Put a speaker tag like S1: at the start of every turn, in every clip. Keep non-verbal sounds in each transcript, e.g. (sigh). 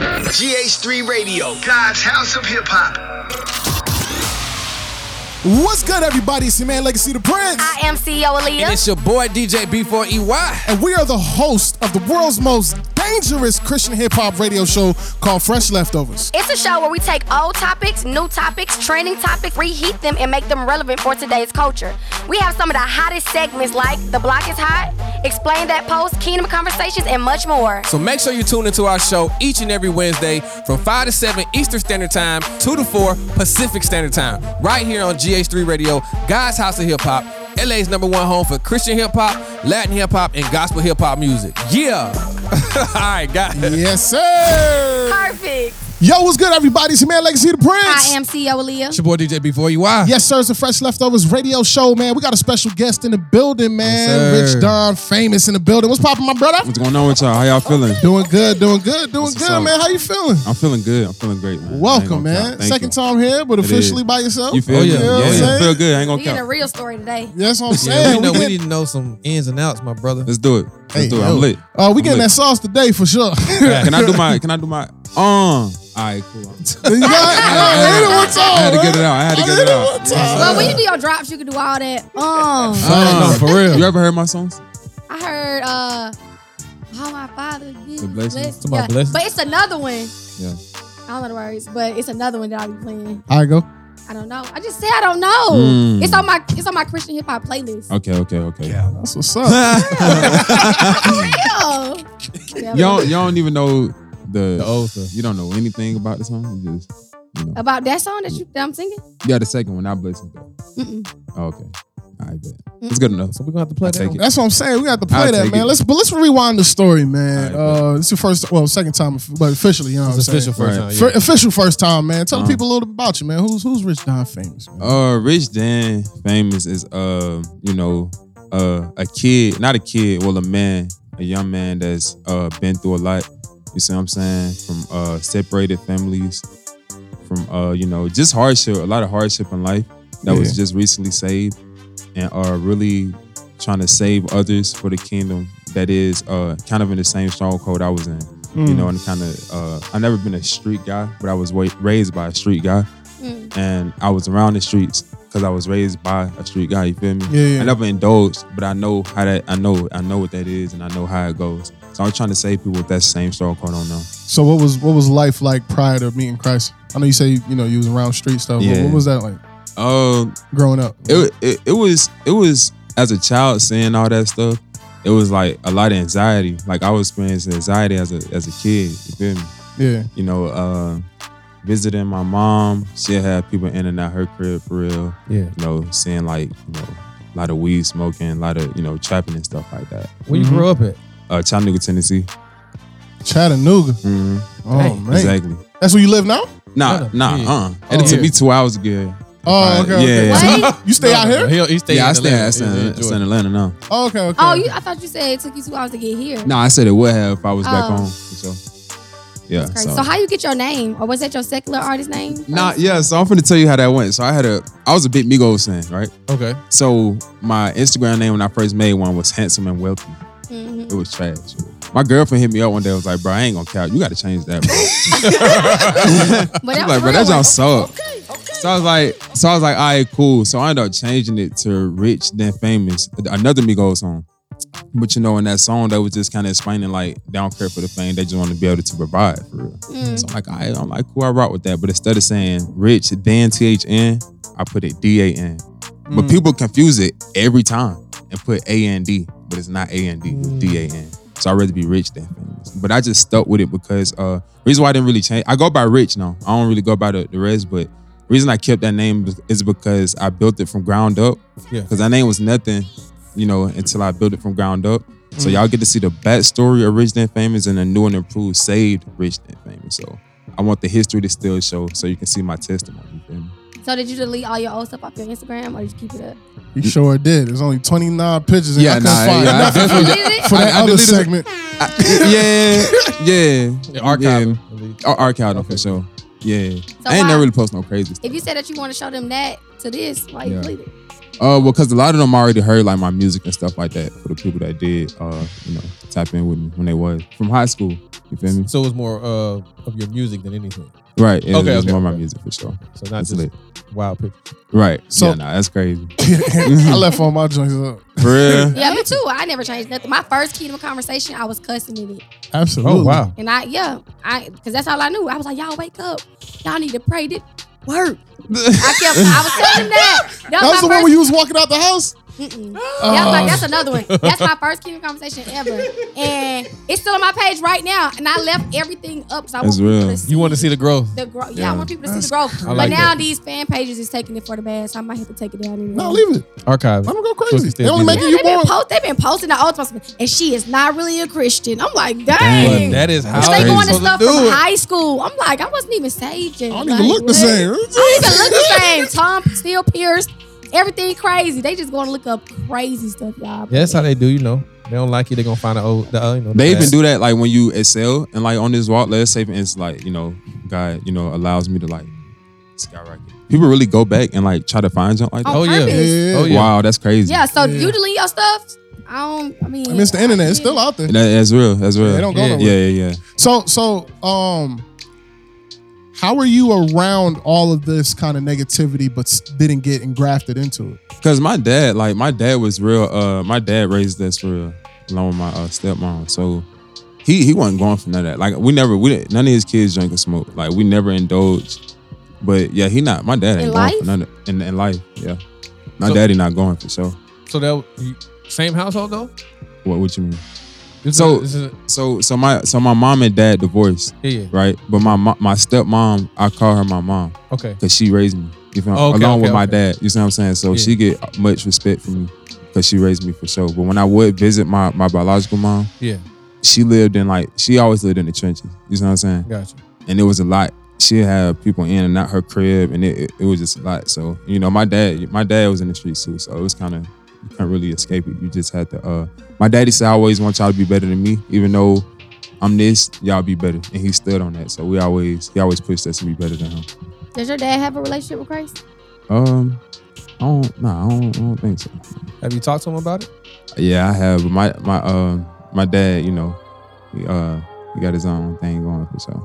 S1: GH3 Radio, God's House of Hip Hop.
S2: What's good, everybody? It's your man Legacy the Prince,
S3: I am CEO
S4: And
S3: Aaliyah.
S4: it's your boy DJ E B4EY.
S2: and we are the host of the world's most dangerous Christian hip hop radio show called Fresh Leftovers.
S3: It's a show where we take old topics, new topics, trending topics, reheat them, and make them relevant for today's culture. We have some of the hottest segments like The Block is Hot, Explain That Post, Kingdom Conversations, and much more.
S4: So make sure you tune into our show each and every Wednesday from 5 to 7 Eastern Standard Time, 2 to 4 Pacific Standard Time, right here on GH3 Radio, God's House of Hip Hop, LA's number one home for Christian hip hop, Latin hip hop, and gospel hip hop music. Yeah. (laughs) All right, guys.
S2: Yes, sir.
S3: Perfect.
S2: Yo, what's good, everybody? It's your man Legacy the Prince.
S5: I am CEO Aaliyah.
S4: It's your boy DJ B4EY.
S2: Yes, sir. It's the Fresh Leftovers radio show, man. We got a special guest in the building, man.
S4: Yes, sir.
S2: Rich Don, famous in the building. What's poppin', my brother?
S6: What's going on with y'all? How y'all feeling?
S2: Doing good, doing good, doing
S6: That's what's
S2: good,
S6: up.
S2: man. How you feeling?
S6: I'm feeling good. I'm feeling great, man.
S2: Welcome,
S6: I ain't gonna count.
S2: man.
S6: Thank
S2: Second
S6: you.
S2: time here, but
S6: is.
S2: officially by yourself.
S6: You feel
S4: Oh,
S6: good?
S4: yeah.
S6: Yeah,
S2: Yeah,
S6: yeah.
S2: yeah.
S6: feel good. I ain't gonna
S5: We get a
S6: count.
S5: real story today.
S2: That's what I'm
S4: Yeah,
S2: saying.
S4: we, know, we
S2: get-
S4: need to know some ins and outs, my brother.
S6: Let's do it. Let's
S2: Hey,
S6: do it.
S2: yo.
S6: I'm lit.
S2: Uh, we
S6: I'm
S2: getting that
S6: lit.
S2: sauce today for sure. (laughs)
S6: Can I do my? Can I do my? Um. All right, cool.
S2: You got-
S6: I
S2: no, hit it one time,
S6: I had to
S2: bro.
S6: get it out. I had to
S2: I
S6: get
S2: hit
S6: it
S2: it
S6: out.
S2: Oh, one time.
S5: Well, when you do your drops, you can do all that.
S6: (laughs)
S5: Um,
S2: Uh,
S6: Uh,
S2: no, for real.
S6: You ever heard my songs?
S5: I heard uh, how my father gives
S6: The blessings.
S5: bless-
S4: Somebody
S5: Yeah.
S4: blessings.
S5: But it's another one.
S6: Yeah.
S5: I don't know the words, but it's another one that I'll be playing.
S2: All right, go.
S5: I don't know. I just say I don't know.
S6: Mm.
S5: It's on my it's on my Christian hip hop playlist.
S6: Okay, okay, okay.
S2: That's what's up.
S5: Yeah. (laughs) Yeah,
S6: You don't, you don't even know the,
S4: The old stuff.
S6: You don't know anything about the song. You just you know.
S5: About that song that you that I'm singing?
S6: Yeah, the second one. I bless you. though.
S5: Mm-mm.
S6: Oh, okay. All right, bet. It's good enough.
S4: So we're going to have to play
S6: I
S4: that.
S6: (laughs) take
S4: one.
S6: it.
S2: That's what I'm saying. We got to play
S6: I'll
S2: that,
S6: take
S2: man.
S6: it.
S2: Let's but let's rewind the story, man.
S6: All right,
S2: uh, this is your first, well, second time, but officially, you know, what
S4: It's
S2: I'm
S4: official
S2: saying?
S4: first time.
S6: Right.
S4: yeah.
S2: Fir- official first time, man. Tell the
S6: Uh-huh.
S2: people a little bit about you, man. Who's who's Rich Don famous? Man?
S6: Uh, Rich Dan famous is uh, you know, uh, a kid, not a kid, well, a man, a young man that's uh been through a lot. You see what I'm saying? From uh separated families, from uh, you know, just hardship, a lot of hardship in life that
S2: Yeah.
S6: was just recently saved, and are really trying to save others for the kingdom. That is uh kind of in the same stronghold I was in. You
S4: Hmm.
S6: know,
S2: Mm.
S6: and kind of uh, I never been a street guy, but I was wa- raised by a street guy
S5: Mm.
S6: and I was around the streets because I was raised by a street guy. You feel me?
S2: Yeah, yeah.
S6: I never indulged, but I know how that. I know. I know what that is, and I know how it goes. So I'm trying to save people with that same stronghold. I don't know.
S2: So what was what was life like prior to meeting Christ? I know you say you know you was around street stuff. What,
S6: Yeah.
S2: what was that like
S6: Um,
S2: growing up?
S6: it, it it was it was as a child seeing all that stuff. It was like a lot of anxiety. Like I was experiencing anxiety as a as a kid. You feel me?
S2: yeah,
S6: you know, uh, visiting my mom. She had people in and out her crib for real.
S4: Yeah.
S6: You know, seeing like, you know, a lot of weed smoking, a lot of, you know, trapping and stuff like that.
S4: Where you
S2: Mhm.
S4: grew up at?
S6: Uh, Chattanooga, Tennessee.
S2: Chattanooga.
S6: Mm-hmm.
S2: Oh
S4: Hey,
S2: man,
S6: Exactly.
S2: that's where you live now.
S6: Nah,
S4: Brother,
S6: nah,
S4: yeah.
S6: uh. And it
S2: Oh.
S6: took me two hours to get here.
S2: Oh,
S6: Uh,
S2: okay. okay.
S6: yeah,
S2: So
S5: yeah.
S2: you- you stay out here?
S4: He, he stayed
S6: (laughs) yeah, I
S4: in
S6: stay,
S4: Atlanta.
S6: I stay,
S4: He
S6: in,
S4: was
S6: I
S4: in
S6: stay in
S4: Georgia.
S6: Atlanta now.
S2: Oh, okay, okay.
S5: Oh, you I thought you said it took you two hours to get here.
S6: Nah, I said it would have if I was back
S5: Oh.
S6: home. So, yeah.
S5: Crazy. So how you get your name? Or was that your secular artist name?
S6: Nah, yeah. So I'm finna tell you how that went. So I had a, I was a big Migos fan, right?
S4: Okay.
S6: So my Instagram name when I first made one was handsome and wealthy.
S5: Mhm.
S6: It was trash. My girlfriend hit me up one day. I was like, bro, I ain't gonna count. You gotta change that, bro. She's
S5: But that
S6: like,
S5: was
S6: bro,
S5: real.
S6: that y'all suck. So I was like, so I was like, all right, cool. So I ended up changing it to Rich Then Famous, another Migos song. But you know, in that song, they was just kind of explaining like they don't care for the fame, they just want to be able to provide for real.
S5: Mm.
S6: So I'm like, all right, I'm like, cool, I rock with that. But instead of saying Rich Dan T H N, I put it D A N. But
S2: Mm.
S6: people confuse it every time and put A N D, but it's not A N D, it's D A N. So I'd rather be rich than famous. But I just stuck with it because uh reason why I didn't really change. I go by rich now. I don't really go by the, the rest, but reason I kept that name is because I built it from ground up.
S4: Yeah.
S6: Because that name was nothing, you know, until I built it from ground up. So y'all get to see the backstory of Rich Than Famous and the new and improved saved Rich Than Famous. So I want the history to still show so you can see my testimony. you feel me?
S5: So did you delete all your old stuff off your Instagram or did you keep it
S2: (laughs)
S5: up?
S2: You sure did. There's only 29 pictures. And I
S6: Yeah,
S2: couldn't
S6: nah,
S2: find
S6: yeah, I
S2: nothing
S5: You
S6: definitely-
S5: deleted
S2: (laughs)
S5: it?
S2: for that
S6: I- I
S2: other
S6: deleted it. (laughs)
S2: segment.
S6: yeah, yeah.
S4: Yeah, archive.
S6: Yeah. Ar- archived them
S4: Okay.
S6: for sure. Yeah. I
S5: So
S6: ain't
S5: why-
S6: never really post no crazy stuff.
S5: If you said that you want to show them that to this, why you
S6: Yeah.
S5: delete it?
S6: Uh, well, because a lot of them already heard like my music and stuff like that. For the people that did, uh, you know, tap in with me when they was from high school. You feel me?
S7: So it's more uh, of your music than anything.
S6: Right. It,
S7: Okay,
S6: okay. It's
S7: okay,
S6: more my
S7: okay.
S6: music for sure.
S7: So not
S6: That's
S7: just
S6: lit.
S7: wild pictures.
S6: Right.
S2: So-
S6: So yeah, nah, that's crazy. (laughs) Mm-hmm.
S2: I left all my joints up. (laughs)
S6: For real.
S5: (laughs) Yeah, me too. I never changed nothing. My first key to a conversation, I was cussing in it.
S2: Absolutely.
S7: Oh wow.
S5: And I, yeah, I, because that's all I knew. I was like, y'all wake up. Y'all need to pray. Did work. I kept, I was telling
S2: (laughs)
S5: them that. That
S2: That was
S5: was,
S2: the
S5: my
S2: one where
S5: first.
S2: you was Oh. walking out the house. (gasps)
S5: Mm-mm. That's, my, that's another one. That's my first kingdom conversation ever, and it's still on my page right now. And I left everything up because I
S6: That's
S5: want people
S6: real.
S5: to see
S7: You want to see the growth?
S5: the growth. Yeah,
S6: Yeah.
S5: I want people to see the growth.
S7: I
S5: but
S7: like
S5: now
S7: that.
S5: these fan pages is taking it for the bad, so I might have to take it down. Anyway.
S2: No, leave it.
S7: Archive.
S2: Let them go
S7: Supposed
S2: crazy.
S7: to
S2: They
S7: still
S2: only
S7: be
S2: making
S5: Yeah,
S2: you
S5: they've been,
S2: more.
S5: post, they've been posting the ultimate, and she is not really a Christian. I'm like,
S6: Dang.
S5: dang.
S7: But that is how
S5: Cause they
S6: crazy.
S5: going to
S7: supposed
S5: stuff
S7: do
S5: from
S7: it.
S5: high school. I'm like, I wasn't even saved. yet.
S2: I don't
S5: like,
S2: even look the
S5: what? (laughs)
S2: same.
S5: I don't Oh, even look
S2: (laughs)
S5: the same. Tom still pierced. Everything crazy. They just going to look up crazy stuff, y'all.
S7: Yeah, that's how they do. You know, they don't like you. They gonna find the old. The, uh, you know,
S6: They even
S7: past.
S6: do that like when you excel and like on this walk, let's say for instance, like, you know, God, you know, allows me to like skyrocket. People really go back and like try to find something like that.
S5: On
S7: Oh, yeah.
S5: purpose.
S2: Yeah.
S7: Oh, yeah.
S6: Wow, that's crazy.
S5: Yeah, so
S2: Yeah.
S5: you delete your stuff. I don't, I mean.
S2: I mean, it's the internet. It's
S5: yeah.
S2: still out there.
S6: That- that's real. That's real.
S2: They don't go
S7: Yeah.
S2: nowhere.
S6: yeah, yeah, yeah.
S2: So so um how were you around all of this kind of negativity but s- didn't get engrafted into it?
S6: Cause my dad, like my dad was real. Uh, my dad raised us real along with my uh, stepmom. So he he wasn't going for none of that. Like we never, we didn't- none of his kids drink or smoke. Like we never indulged. But yeah, he not. My dad ain't
S5: In
S6: going
S5: life?
S6: for none of in, in life. Yeah, my
S7: So-
S6: daddy not going for sure.
S7: So that you, same household though.
S6: What what you mean?
S7: This is-
S6: So-
S7: this is-
S6: So so my so my mom and dad divorced,
S7: yeah, yeah.
S6: right? But my mo- my stepmom, I call her my mom
S7: Okay.
S6: because she raised me. You feel
S7: Oh, okay,
S6: along
S7: okay,
S6: with my
S7: okay.
S6: dad. You see what I'm saying? So
S7: Yeah.
S6: she get much respect from me because she raised me for sure. But when I would visit my my biological mom,
S7: Yeah.
S6: she lived in like she always lived in the trenches. You see what I'm saying?
S7: Gotcha.
S6: And it was a lot. She had people in and out her crib, and it, it, it was just a lot. So you know, my dad my dad was in the streets too, so it was kind of you can't really escape it. You just had to. uh My daddy said I always want y'all to be better than me, even though. I'm this, y'all be better, and he stood on that. So we always, he always pushed us to be better than him.
S5: Does your dad have a relationship with Christ?
S6: Um, I don't. Nah, I don't, I don't think so.
S7: Have you talked to him about it?
S6: Yeah, I have. But my my um my dad, you know, he, uh he got his own thing going for sure.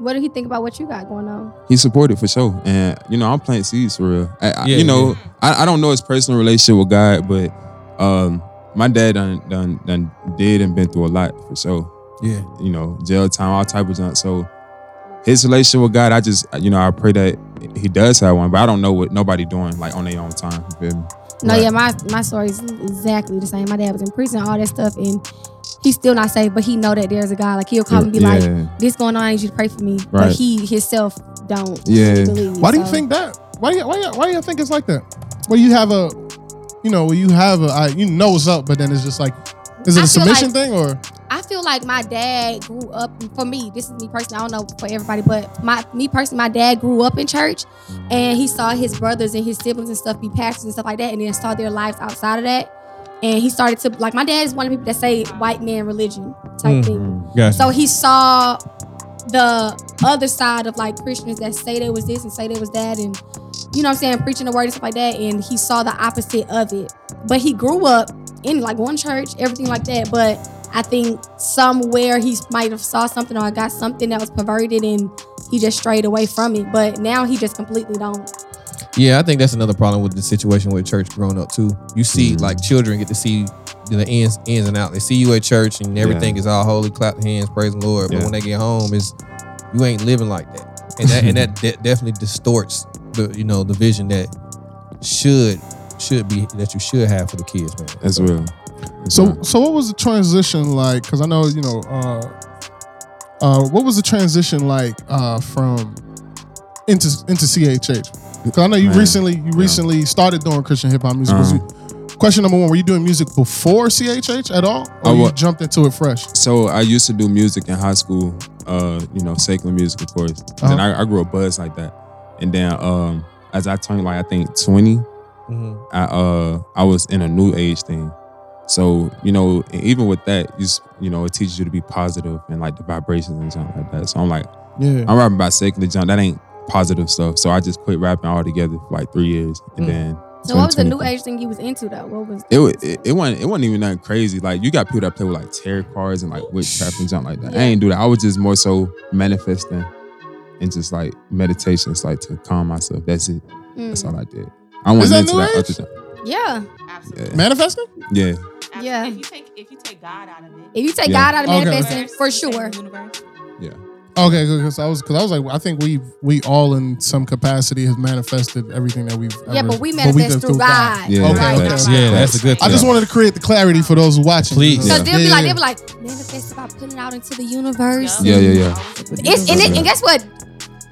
S5: What did he think about what you got going on?
S6: He supported for sure, and you know I'm planting seeds for real. I, I,
S7: Yeah,
S6: you know, I, I don't know his personal relationship with God, but um my dad done done done did and been through a lot for sure.
S7: Yeah.
S6: You know, jail time, all type of junk. So his relationship with God, I just you know I pray that he does have one, but I don't know what nobody doing like on their own time. You feel me?
S5: No,
S6: Right.
S5: yeah, my my story is exactly the same. My dad was in prison, all that stuff, and he's still not saved, but he know that there's a God. Like he'll call and be like,
S6: Yeah.
S5: "This going on, I need you to pray for me,"
S6: Right.
S5: but he himself don't.
S6: Yeah.
S5: believe,
S2: Why do you
S5: so-
S2: think that? Why do you, why you, why do you think it's like that? Where you have a you know, where you have a I, you know what's up, but then it's just like is it
S5: I
S2: a
S5: feel
S2: submission
S5: like-
S2: thing or
S5: I feel like my dad grew up for me. This is me personally. I don't know for everybody, but my me personally, my dad grew up in church, and he saw his brothers and his siblings and stuff be pastors and stuff like that, and then saw their lives outside of that. And he started to like my dad is one of the people that say white man religion type
S6: Mm.
S5: thing.
S7: Mm. Gotcha.
S5: So he saw the other side of like Christians that say they was this and say they was that and you know what I'm saying, preaching the word and stuff like that. And he saw the opposite of it. But he grew up in like one church, everything like that. But I think somewhere he might have saw something or got something that was perverted and he just strayed away from it. But now he just completely don't.
S7: Yeah, I think that's another problem with the situation with church growing up too. You see,
S6: Mhm.
S7: like children get to see the ins, ins and out. They see you at church and everything is all holy, clap hands, praise the Lord. But
S6: Yeah.
S7: when they get home, is you ain't living like that, and that and (laughs) that de- definitely distorts the you know the vision that should should be that you should have for the kids, man.
S6: That's
S7: So,
S6: real. That's
S2: So
S6: real.
S2: so what was the transition like? Because I know you know, uh, uh, what was the transition like uh, from into into CHH? Because I know you
S6: Man,
S2: recently you recently started doing Christian hip hop music. Was
S6: Uh-huh.
S2: you- question number one: Were you doing music before CHH at all, or
S6: I
S2: you
S6: wa-
S2: jumped into it fresh?
S6: So I used to do music in high school, uh, you know, secular music, of course.
S2: Uh-huh.
S6: And then I, I grew up buds like that. And then um, as I turned like I think twenty,
S2: Mm-hmm.
S7: mhm.
S6: I uh I was in a new age thing. So, you know, and even with that, you s- you know, it teaches you to be positive and like the vibrations and stuff like that. So I'm like,
S2: Yeah,
S6: I'm rapping about secular junk. That ain't positive stuff. So I just quit rapping altogether for like three years. And
S7: Mm.
S6: then
S5: So what was the new
S6: 2023.
S5: age thing you was into though? What was
S6: It, wa- it it wasn't it wasn't even nothing crazy. Like you got people that play with like tarot cards and like witchcraft and something like that. I ain't do that. I was just more so manifesting and just like meditation. It's like to calm myself. That's it. That's
S5: Mm.
S6: all I did. I went
S2: Is that
S6: into
S2: new
S6: that
S2: age?
S6: other stuff.
S5: Yeah.
S8: Absolutely.
S2: Manifesting?
S6: Yeah.
S8: Absolutely.
S5: Yeah.
S8: If you take if you take God out of it,
S5: If you take
S6: Yeah.
S5: God out of
S2: Okay.
S5: manifesting, for
S8: universe,
S5: sure.
S8: the universe,
S2: Okay, because I was because I was like, I think we we all in some capacity has manifested everything that we've.
S5: Yeah,
S2: ever-
S5: but we
S2: did
S5: manifest through God.
S6: Yeah.
S2: Okay,
S5: Right.
S2: okay.
S6: facts.
S7: Yeah, that's a good
S2: I just
S7: Yeah.
S2: wanted to create the clarity for those watching.
S7: Please.
S5: So
S6: Yeah.
S5: they'll be
S2: Yeah,
S5: like,
S2: yeah.
S5: they'll be like, manifest by putting it out into the universe.
S6: Yeah, yeah, yeah.
S5: It's and, it, and guess what?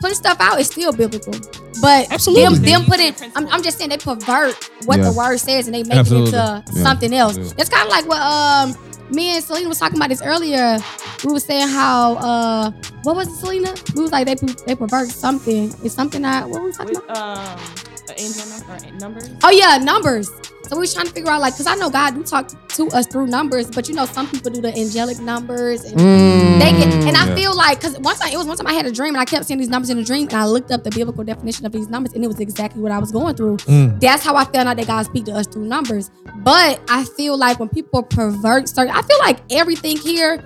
S5: Putting stuff out is still biblical, but
S2: Absolutely.
S5: them them putting. I'm, I'm just saying they pervert what
S6: Yeah.
S5: the word says and they make
S7: Absolutely.
S5: it into
S6: Yeah.
S5: something else.
S7: Yeah.
S5: That's kind of like what um me and Selena was talking about this earlier. We were saying how uh what was it, Selena? We was like they per- they pervert something. It's something that what were we talking about?
S8: With um, angel or numbers.
S5: Oh yeah, numbers. So we was trying to figure out like because I know God do talk to us through numbers, but you know some people do the angelic numbers and
S2: Mm.
S5: They get, and I
S6: Yeah.
S5: feel like because once I, it was one time I had a dream and I kept seeing these numbers in a dream and I looked up the biblical definition of these numbers and it was exactly what I was going through.
S7: Mm.
S5: That's how I found out that God speak to us through numbers. But I feel like when people pervert certain, I feel like everything here,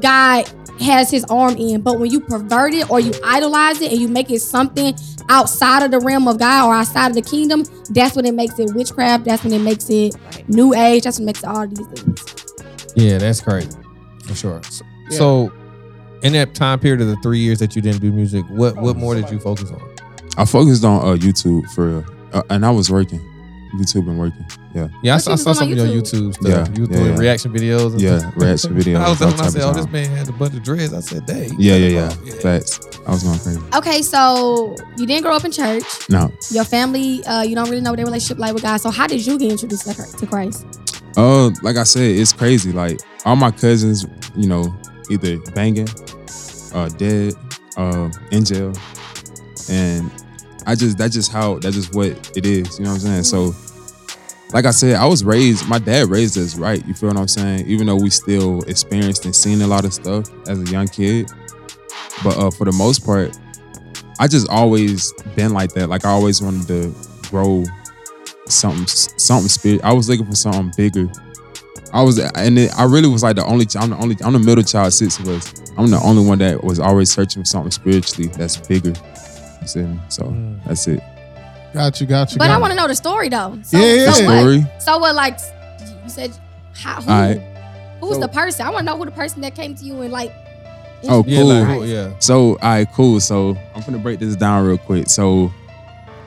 S5: God has His arm in. But when you pervert it or you idolize it and you make it something outside of the realm of God or outside of the kingdom, that's when it makes it witchcraft. That's when it makes it
S8: Right.
S5: new age. That's what makes it all these things.
S7: Yeah, that's crazy for sure. So,
S2: Yeah.
S7: so, in that time period of the three years that you didn't do music, what what more did you focus on?
S6: I focused on uh, YouTube for real, uh, and I was working. YouTube and working. Yeah,
S7: Yeah, I
S5: What
S7: saw,
S5: you
S7: I
S5: was
S7: saw
S5: doing
S7: some
S5: on
S7: of your YouTube stuff.
S6: Yeah,
S7: You were
S6: yeah,
S7: doing
S6: yeah.
S7: reaction videos. And
S6: yeah.
S7: stuff.
S6: Reaction
S7: (laughs)
S6: videos.
S7: I was
S6: all
S7: telling
S6: type of
S7: myself, oh, this
S6: genre.
S7: man had a bunch of dreads. I said, dang.
S6: Yeah, yeah, yeah.
S7: Yeah.
S6: Facts. I was going crazy.
S5: Okay, so you didn't grow up in church.
S6: No.
S5: your family, uh, you don't really know what their relationship like with God. So how did you get introduced to Christ- to Christ?
S6: Oh, like I said, it's crazy. Like all my cousins, you know, either banging, uh, dead, um, in jail, and I just that's just how that's just what it is. You know what I'm saying? So, like I said, I was raised. My dad raised us right. You feel what I'm saying? Even though we still experienced and seen a lot of stuff as a young kid, but uh, for the most part, I just always been like that. Like I always wanted to grow something something spirit. I was looking for something bigger. I was and it, I really was like the only ch- I'm the only I'm the middle child six of us. I'm the only one that was always searching for something spiritually that's bigger. You see me? So
S7: Mm.
S6: that's it.
S2: Got you, got you.
S5: But
S2: got
S5: I
S2: you.
S5: want to know the story though. So,
S2: Yeah, yeah,
S5: so
S2: yeah.
S5: What?
S6: Story.
S5: So what? Like you said, how, who?
S6: Alright.
S5: Who's
S2: So-
S5: the person? I want to know who the person that came to you and like.
S6: Oh,
S7: Yeah,
S6: cool.
S7: like, cool, yeah.
S6: So, all right, cool. So, I'm gonna break this down real quick. So,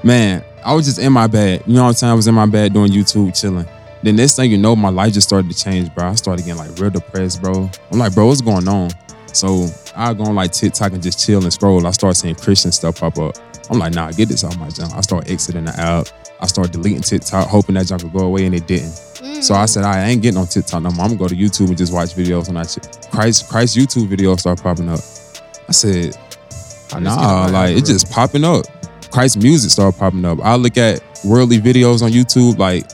S6: man, I was just in my bed. You know what I'm saying? I was in my bed doing YouTube, chilling. Then this thing, you know, my life just started to change, bro. I started getting like real depressed, bro. I'm like, bro, what's going on? So I go on like TikTok and just chill and scroll. I start seeing Christian stuff pop up. I'm like, nah, get this out my junk. I start exiting the app. I start deleting TikTok, hoping that junk would go away, and it didn't.
S5: Mm.
S6: So I said, "Alright, I ain't getting on TikTok no more. I'm gonna go to YouTube and just watch videos on that shit. Christ, Christ YouTube videos start popping up. I said, nah, like it's just popping up. Christ music started popping up. I look at worldly videos on YouTube, like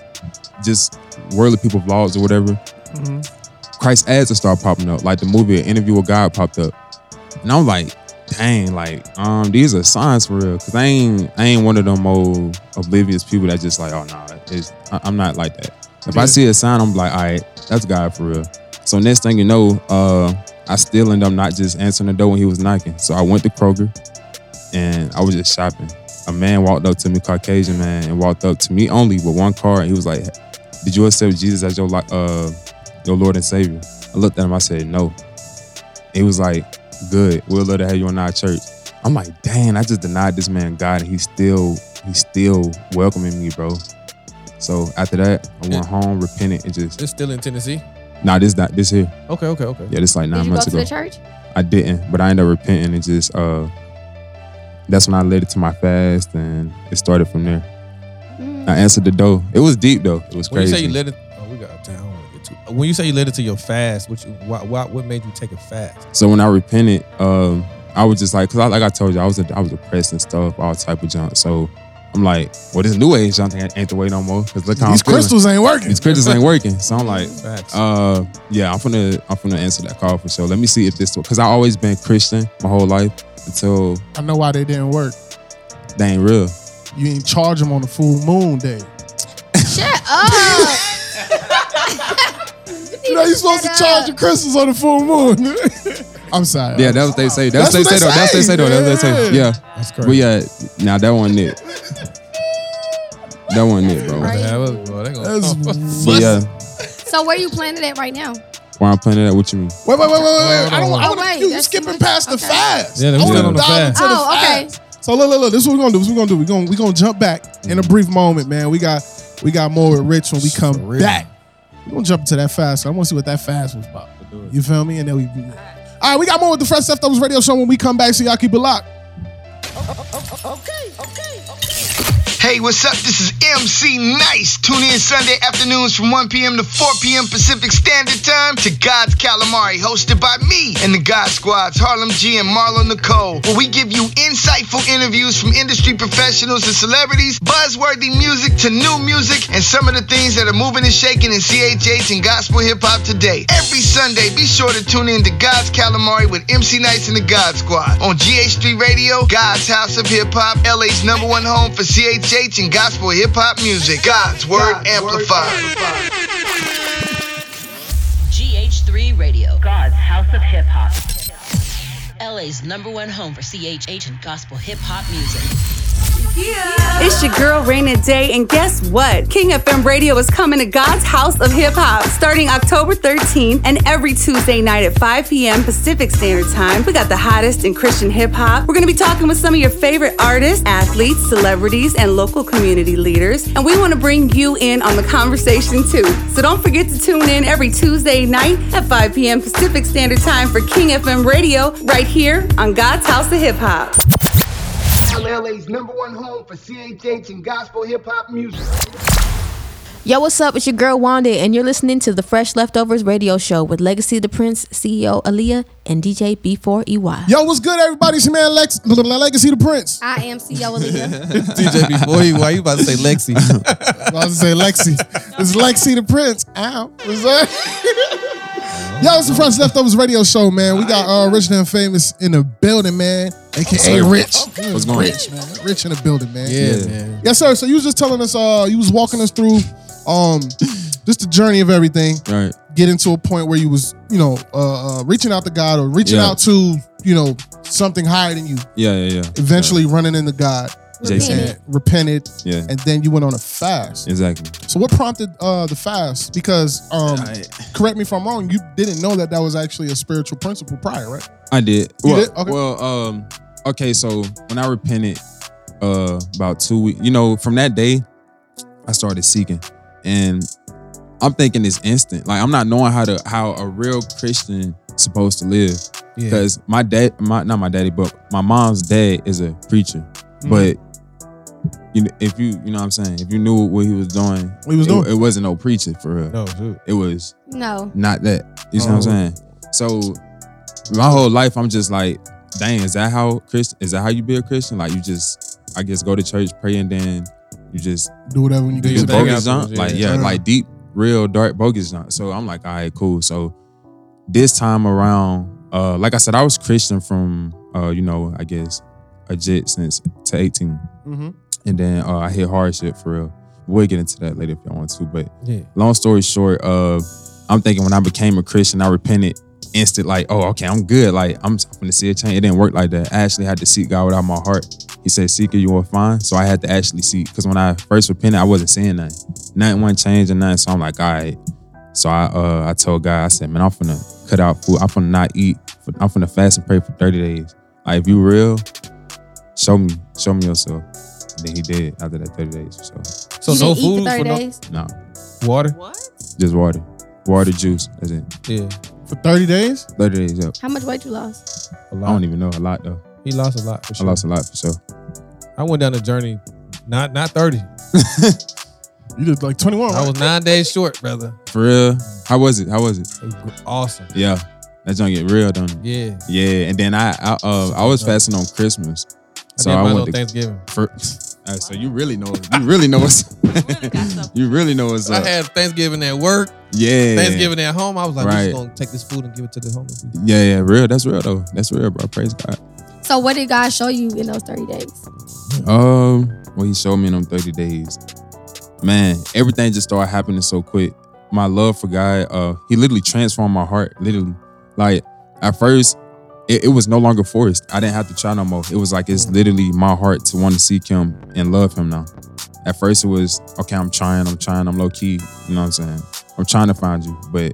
S6: just worldly people vlogs or whatever. Christ ads will start popping up, like the movie Interview with God popped up, and I'm like, dang, like um, these are signs for real, cause I ain't I ain't one of them old oblivious people that just like, oh nah, it's, I, I'm not like that. If I see a sign, I'm like, all right, that's God for real. So next thing you know, uh, I still end up not just answering the door when he was knocking. So I went to Kroger, and I was just shopping. A man walked up to me, Caucasian man, and walked up to me only with one card, and he was like, "Did you accept Jesus as your li- uh your Lord and Savior?" I looked at him. I said, "No." He was like, "Good. We'll love to have you in our church." I'm like, "Dang, I just denied this man God, and he's still he's still welcoming me, bro." So after that, I went home, repented, and just
S7: It's still in Tennessee.
S6: nah, this not this here.
S7: Okay, okay, okay.
S6: Yeah, this like nine
S5: Did you go
S6: months
S5: to
S6: ago.
S5: the church?
S6: I didn't, but I ended up repenting and just uh that's when I led it to my fast and it started from there.
S2: Mm.
S6: I answered the door. It was deep though. It was
S7: When
S6: crazy.
S7: you say you led it, oh, we got time. I don't wanna get too- When you say you led it to your fast, which why, why, what made you take a fast?
S6: so when I repented, um, I was just like, cause I, like I told you, I was I was depressed and stuff, all type of junk. So I'm like, well, this new age junk ain't, ain't the way no more. Cause look how
S2: These
S6: I'm feeling.
S2: crystals ain't working.
S6: These crystals ain't working. So I'm like,
S7: Facts.
S6: Uh, yeah, I'm gonna I'm gonna answer that call for sure. Let me see if this because I always been Christian my whole life until
S2: I know why they didn't work.
S6: they ain't real.
S2: You didn't charge them on the full moon day.
S5: Shut up.
S2: You know, you're supposed to charge your crystals on the full moon. (laughs) I'm sorry.
S6: Yeah, that's what they say. That's,
S2: That's
S6: what they say though. That's what they say though. That's what they say. Yeah.
S2: yeah.
S7: That's
S6: But yeah, nah, that wasn't it. That wasn't it, bro.
S5: Right.
S7: Yeah, well, well, they gonna-
S6: (laughs)
S2: That's-
S6: But yeah,
S5: So where you planning at right now?
S6: where I'm playing at, what you mean?
S2: Wait, wait, wait, wait, wait. wait. I don't. I
S5: Oh,
S2: want
S5: wait,
S2: to. You
S5: that's
S2: skipping
S5: another-
S2: past the
S5: okay.
S2: fast.
S7: Yeah, they
S2: I
S7: was
S2: wanna
S7: still on the
S2: dive
S7: fast.
S2: into the
S5: Oh, okay.
S2: fast. So look, look, look. This is what we're gonna do. This is what we're gonna do. We're gonna we gonna jump back in a brief moment, man. We got we got more with Rich when we
S7: For
S2: come
S7: real.
S2: back.
S7: (laughs)
S2: We're gonna jump into that fast. I want to see what that fast was about. You feel me? And then we. All right, we got more with the Fresh Stuff That Was Radio Show when we come back. So y'all keep it locked.
S1: Hey, what's up? This is MC Nice. Tune in Sunday afternoons from 1 p.m. to 4 p.m. Pacific Standard Time to God's Calamari, hosted by me and the God Squads, Harlem G and Marlon Nicole, where we give you insightful interviews from industry professionals and celebrities, buzzworthy music to new music, and some of the things that are moving and shaking in CHH and gospel hip hop today. Every Sunday, be sure to tune in to God's Calamari with MC Nice and the God Squad on GH3 Radio, God's House of Hip Hop, LA's number one home for CHH and gospel hip hop music. God's Word Amplified.
S9: GH3 Radio, God's House of Hip Hop. LA's number one home for CHH and gospel hip hop music.
S10: It's your girl Raina Day, and guess what? King FM Radio is coming to God's House of Hip Hop starting October 13th and every Tuesday night at 5 p.m. Pacific Standard Time. We got the hottest in Christian hip hop. We're gonna be talking with some of your favorite artists, athletes, celebrities, and local community leaders, and we want to bring you in on the conversation too. So don't forget to tune in every Tuesday night at 5 p.m. Pacific Standard Time for King FM Radio right here on God's House of Hip Hop.
S1: LA's number one home for CHH and gospel hip hop music.
S11: Yo, what's up? It's your girl Wanda, and you're listening to the Fresh Leftovers Radio Show with Legacy the Prince, CEO Aaliyah, and DJ B4EY.
S2: Yo, what's good, everybody? It's your man Lex, Legacy the Prince.
S5: I am CEO Aaliyah.
S7: TJ before you, why you about to say
S6: (laughs)
S7: Lexi? (laughs)
S2: I was gonna say Lexi. It's Lexi the Prince. Ow. What's (laughs) that? Yo, it's the Fresh Leftovers Radio Show, man. We got uh, Rich and Famous in the building, man. AKA
S6: sir?
S2: Rich.
S6: What's going on?
S2: Rich, man. Rich in the building, man.
S7: yeah, man.
S2: Yes, sir. So you was just telling us, uh, you was walking us through um just the journey of everything.
S6: Right.
S2: Getting to a point where you was, you know, uh, uh reaching out to God or reaching
S6: Yeah.
S2: out to, you know, something higher than you.
S6: Yeah, yeah, yeah.
S2: Eventually running into God
S6: Jason.
S2: and repented.
S6: Yeah.
S2: And then you went on a fast.
S6: Exactly.
S2: So what prompted uh, the fast? Because um, correct me if I'm wrong, you didn't know that that was actually a spiritual principle prior, right?
S6: I did.
S2: You
S6: well,
S2: did? Okay.
S6: well, um, okay. So when I repented, uh, about two weeks, you know, from that day, I started seeking, and I'm thinking it's instant. Like I'm not knowing how to how a real Christian supposed to live
S7: yeah.
S6: because my dad, my not my daddy, but my mom's dad is a preacher,
S2: Mm-hmm.
S6: but. You know, if you you know what I'm saying, if you knew what he was doing,
S2: What he was
S6: it,
S2: doing.
S6: it wasn't no preaching for real.
S7: No, dude.
S6: It was
S5: no.
S6: not that. You see what
S7: Oh.
S6: I'm saying? So my whole life, I'm just like, dang, is that how Christ? Is that how you be a Christian? Like you just, I guess, go to church, pray, and then you just
S2: Do whatever you
S7: Do
S2: do.
S7: your
S6: just
S7: thing
S6: bogus jump,
S7: afterwards,
S6: like
S7: yeah.
S6: yeah, like deep, real dark bogus jump. So I'm like, all right, cool. So this time around, uh, like I said, I was Christian from, uh, you know, I guess, a jit since to 18,
S7: Mm-hmm.
S2: Mhm.
S6: and then uh, I hit hardship for real. We'll get into that later if y'all want to, but
S7: Yeah.
S6: long story short, uh, I'm thinking when I became a Christian, I repented instant, like, oh, okay, I'm good. Like, I'm going to see a change. It didn't work like that. I actually had to seek God without my heart. He said, Seek it, you will find. So I had to actually seek. Because when I first repented, I wasn't seeing nothing. Nothing went changing, nothing. So I'm like, all right. So I uh I told God, I said, man, I'm finna cut out food. I'm finna not eat. I'm finna fast and pray for 30 days. Like, if you real, show me, show me yourself. And then he did after that 30 days.
S7: So
S6: So
S5: you
S7: no
S5: didn't eat
S7: food
S5: for 30
S7: no
S5: days.
S6: no,
S7: water.
S8: What?
S6: just water. Water juice. That's it.
S7: Yeah,
S2: For 30 days?
S6: 30 days up.
S5: How much weight you lost?
S7: a
S6: I don't
S7: lot.
S6: even know. A lot though.
S7: He lost a lot. For
S6: I
S7: sure.
S6: lost a lot for sure.
S7: I went down the journey, not not thirty.
S2: You did like 21,
S7: I
S2: right?
S7: was nine days short, brother.
S6: For real. How was it? How was it?
S7: It was gr- awesome.
S6: Yeah. That's gonna get real, don't it?
S7: Yeah.
S6: Yeah. And then I I uh I was fasting on Christmas.
S7: I
S6: So
S7: did mine
S6: I went
S7: on
S6: to
S7: Thanksgiving.
S6: (laughs) for, Uh, so you really know (laughs) you really know what's (laughs) you really know what's
S7: I
S6: up.
S7: had Thanksgiving at work,
S6: yeah.
S7: Thanksgiving at home. I was like, we
S6: Right.
S7: just gonna take this food and give it to the homeless people.
S6: Yeah, yeah, real. That's real though. That's real, bro. Praise God.
S5: So what did God show you in those 30 days?
S6: Um, well, he showed me in them 30 days man, everything just started happening so quick. My love for God, uh, he literally transformed my heart, literally. Like at first, it, it was no longer forced. I didn't have to try no more. It was like it's literally my heart to want to seek him and love him now. At first it was, okay, I'm trying, I'm trying, I'm low key, you know what I'm saying? I'm trying to find you. But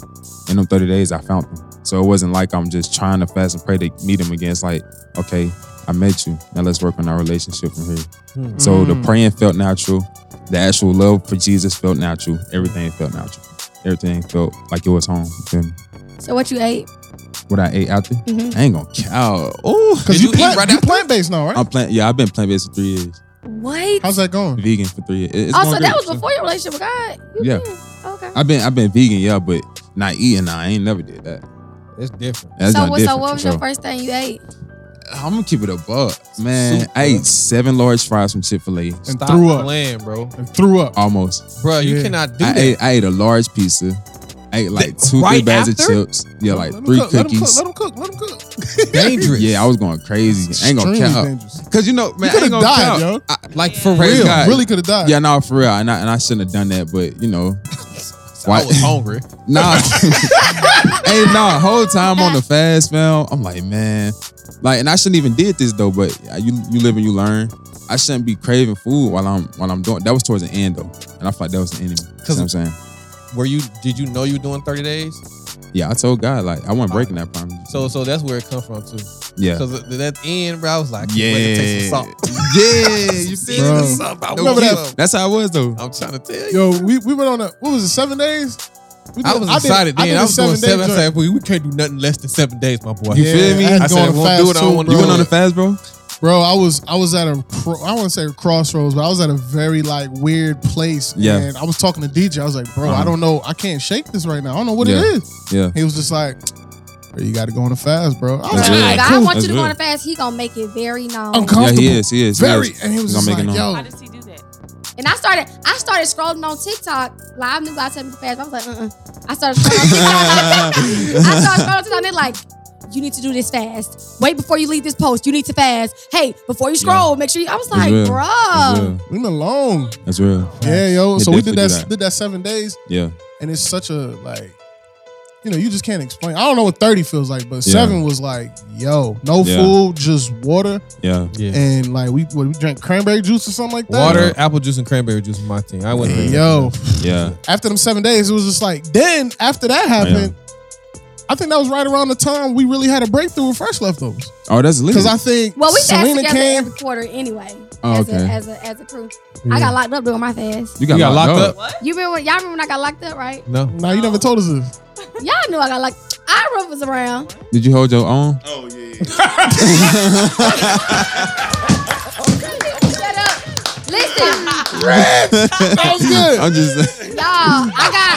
S6: in them 30 days, I found him. So it wasn't like I'm just trying to fast and pray to meet him again. It's like, okay, I met you. Now let's work on our relationship from here.
S12: Hmm.
S6: So the
S12: Mm.
S6: praying felt natural. The actual love for Jesus felt natural. Everything felt natural. Everything felt like it was home. You feel me?
S5: So what you ate?
S6: What I ate out there,
S5: Mhm.
S6: I ain't gonna count. Oh,
S2: Cause you, plant, you plant based now, right?
S6: I'm plant. Yeah, I've been plant based for three years.
S5: What?
S2: How's that going?
S6: Vegan for three years. It- it's
S5: also,
S6: going
S5: Oh, that
S6: great.
S5: was before your relationship with God. Mm-hmm.
S6: Yeah.
S5: Okay.
S6: I've been I've been vegan, yeah, but not eating. Nah, I ain't never did that.
S7: That's different.
S6: That's
S5: so,
S6: not
S5: what, so
S6: different,
S5: what
S6: for
S5: was your
S6: sure.
S5: first thing you ate?
S6: I'm gonna keep it a buck, man. I ate seven large fries from Chick Fil A and
S7: Stop threw up. playing, bro.
S2: And threw up
S6: Um, almost,
S7: Bro, you Yeah. cannot do
S6: I
S7: that.
S6: Ate, I ate a large pizza. I ate like two, three
S7: right
S6: bags
S7: after?
S6: of chips. Yeah, like
S2: Let 'em
S6: three
S2: cook, let 'em
S6: cookies.
S2: cook. Let him cook. Let him cook.
S7: dangerous.
S6: (laughs) Yeah, I was going crazy. I ain't gonna
S2: Extremely
S6: count.
S2: dangerous.
S6: Cause you know, man,
S2: you
S6: I ain't
S2: could have
S6: gonna
S2: died,
S6: count.
S2: yo.
S7: like for
S6: Praise
S7: real.
S6: God.
S2: Really coulda died.
S6: Yeah, no, for real. And I, and I shouldn't have done that, but
S2: (laughs)
S6: you know.
S7: I was hungry.
S6: (laughs) Nah. hey, nah. Whole time on the fast, man. I'm like, man. Like, and I shouldn't even did this though. But you, you live and you learn. I shouldn't be craving food while I'm while I'm doing. That was towards the end though, and I thought that was the enemy. You know what I'm saying?
S7: Were you? Did you know you were doing thirty days?
S6: Yeah, I told God like I wasn't breaking that promise.
S7: So, so that's where it come from too.
S6: Yeah.
S7: Because at that end, bro, I was like, yeah, wait to taste some salt.
S6: yeah, you
S7: see
S2: Bro.
S7: this salt? I
S2: Remember
S7: was
S2: that- Oh,
S7: up.
S6: That's how I was though.
S7: I'm trying to tell you.
S2: Yo, we, we went on a what was it? Seven days. We
S7: I
S2: did-
S7: was
S2: did-
S7: excited
S2: did
S7: then. I,
S2: a
S7: was doing
S2: seven-day
S7: seven. I
S2: joint.
S7: said, we, we can't do nothing less than seven days, my boy.
S6: You feel me?
S2: I had
S7: I
S2: to go on a
S7: said, we'll
S2: fast
S7: do it. I
S2: too,
S7: don't want to
S2: bro.
S6: You went on the fast, bro.
S2: Bro, I was I was at a cro- I want to say a crossroads, but I was at a very like weird place.
S6: Yeah.
S2: and I was talking to DJ. I was like, bro,
S6: Uh-huh.
S2: I don't know, I can't shake this right now. I don't know what
S6: Yeah.
S2: it is.
S6: Yeah.
S2: He was just like, bro, you got to go on a fast, bro. I was
S6: That's real.
S2: like,
S5: God
S6: Cool.
S5: wants you
S6: That's
S5: to go on
S6: real.
S5: a fast. He gonna make it very known.
S6: Yeah,
S2: uncomfortable.
S6: he is. He is.
S2: Very.
S6: He is.
S2: And he was
S6: He's
S2: just
S6: gonna
S2: like,
S6: make it known.
S2: yo,
S8: How does he do that?
S5: And I started, I started scrolling on TikTok. Live knew God told me to fast. but I was like, uh, uh I started scrolling on TikTok. (laughs) I started scrolling on TikTok. And they're like, you need to do this fast. Wait before you leave this post. You need to fast. Hey, before you scroll, make sure you. I was
S6: That's
S5: like,
S6: real. That's
S5: bruh.
S6: real.
S2: leave me alone.
S6: That's real.
S2: Yeah, yo.
S6: They
S2: So we did
S6: definitely
S2: that,
S6: do
S2: did that seven days,
S6: Yeah.
S2: and it's such a like, you know, you just can't explain. I don't know what thirty feels like, but
S6: Yeah.
S2: seven was like, yo, no
S6: Yeah.
S2: food, just water,
S6: Yeah.
S7: Yeah.
S2: and like we what, we drank cranberry juice or something like that.
S7: Water, apple juice, and cranberry juice was my thing. I went.
S2: And yo,
S6: Yeah.
S2: after them seven days, it was just like. Then after that happened, I think that was right around the time we really had a breakthrough with fresh leftovers.
S6: Oh, that's lit.
S2: Because I think
S5: Well, we fast
S2: Selena
S5: together
S2: came.
S5: every quarter anyway.
S6: Oh,
S5: as,
S6: okay.
S5: a, as a as a crew, I got locked up doing my fast.
S6: you got,
S7: You got locked
S6: locked, up.
S5: You remember? When, y'all remember when I got locked up, right?
S7: No.
S2: Now you never told us this.
S5: Y'all knew I got locked. I was around.
S6: Did you hold your own?
S12: Oh yeah.
S5: Shut up. Listen,
S2: that was good.
S6: (laughs)
S2: (laughs)
S6: I'm just.
S5: y'all. I got.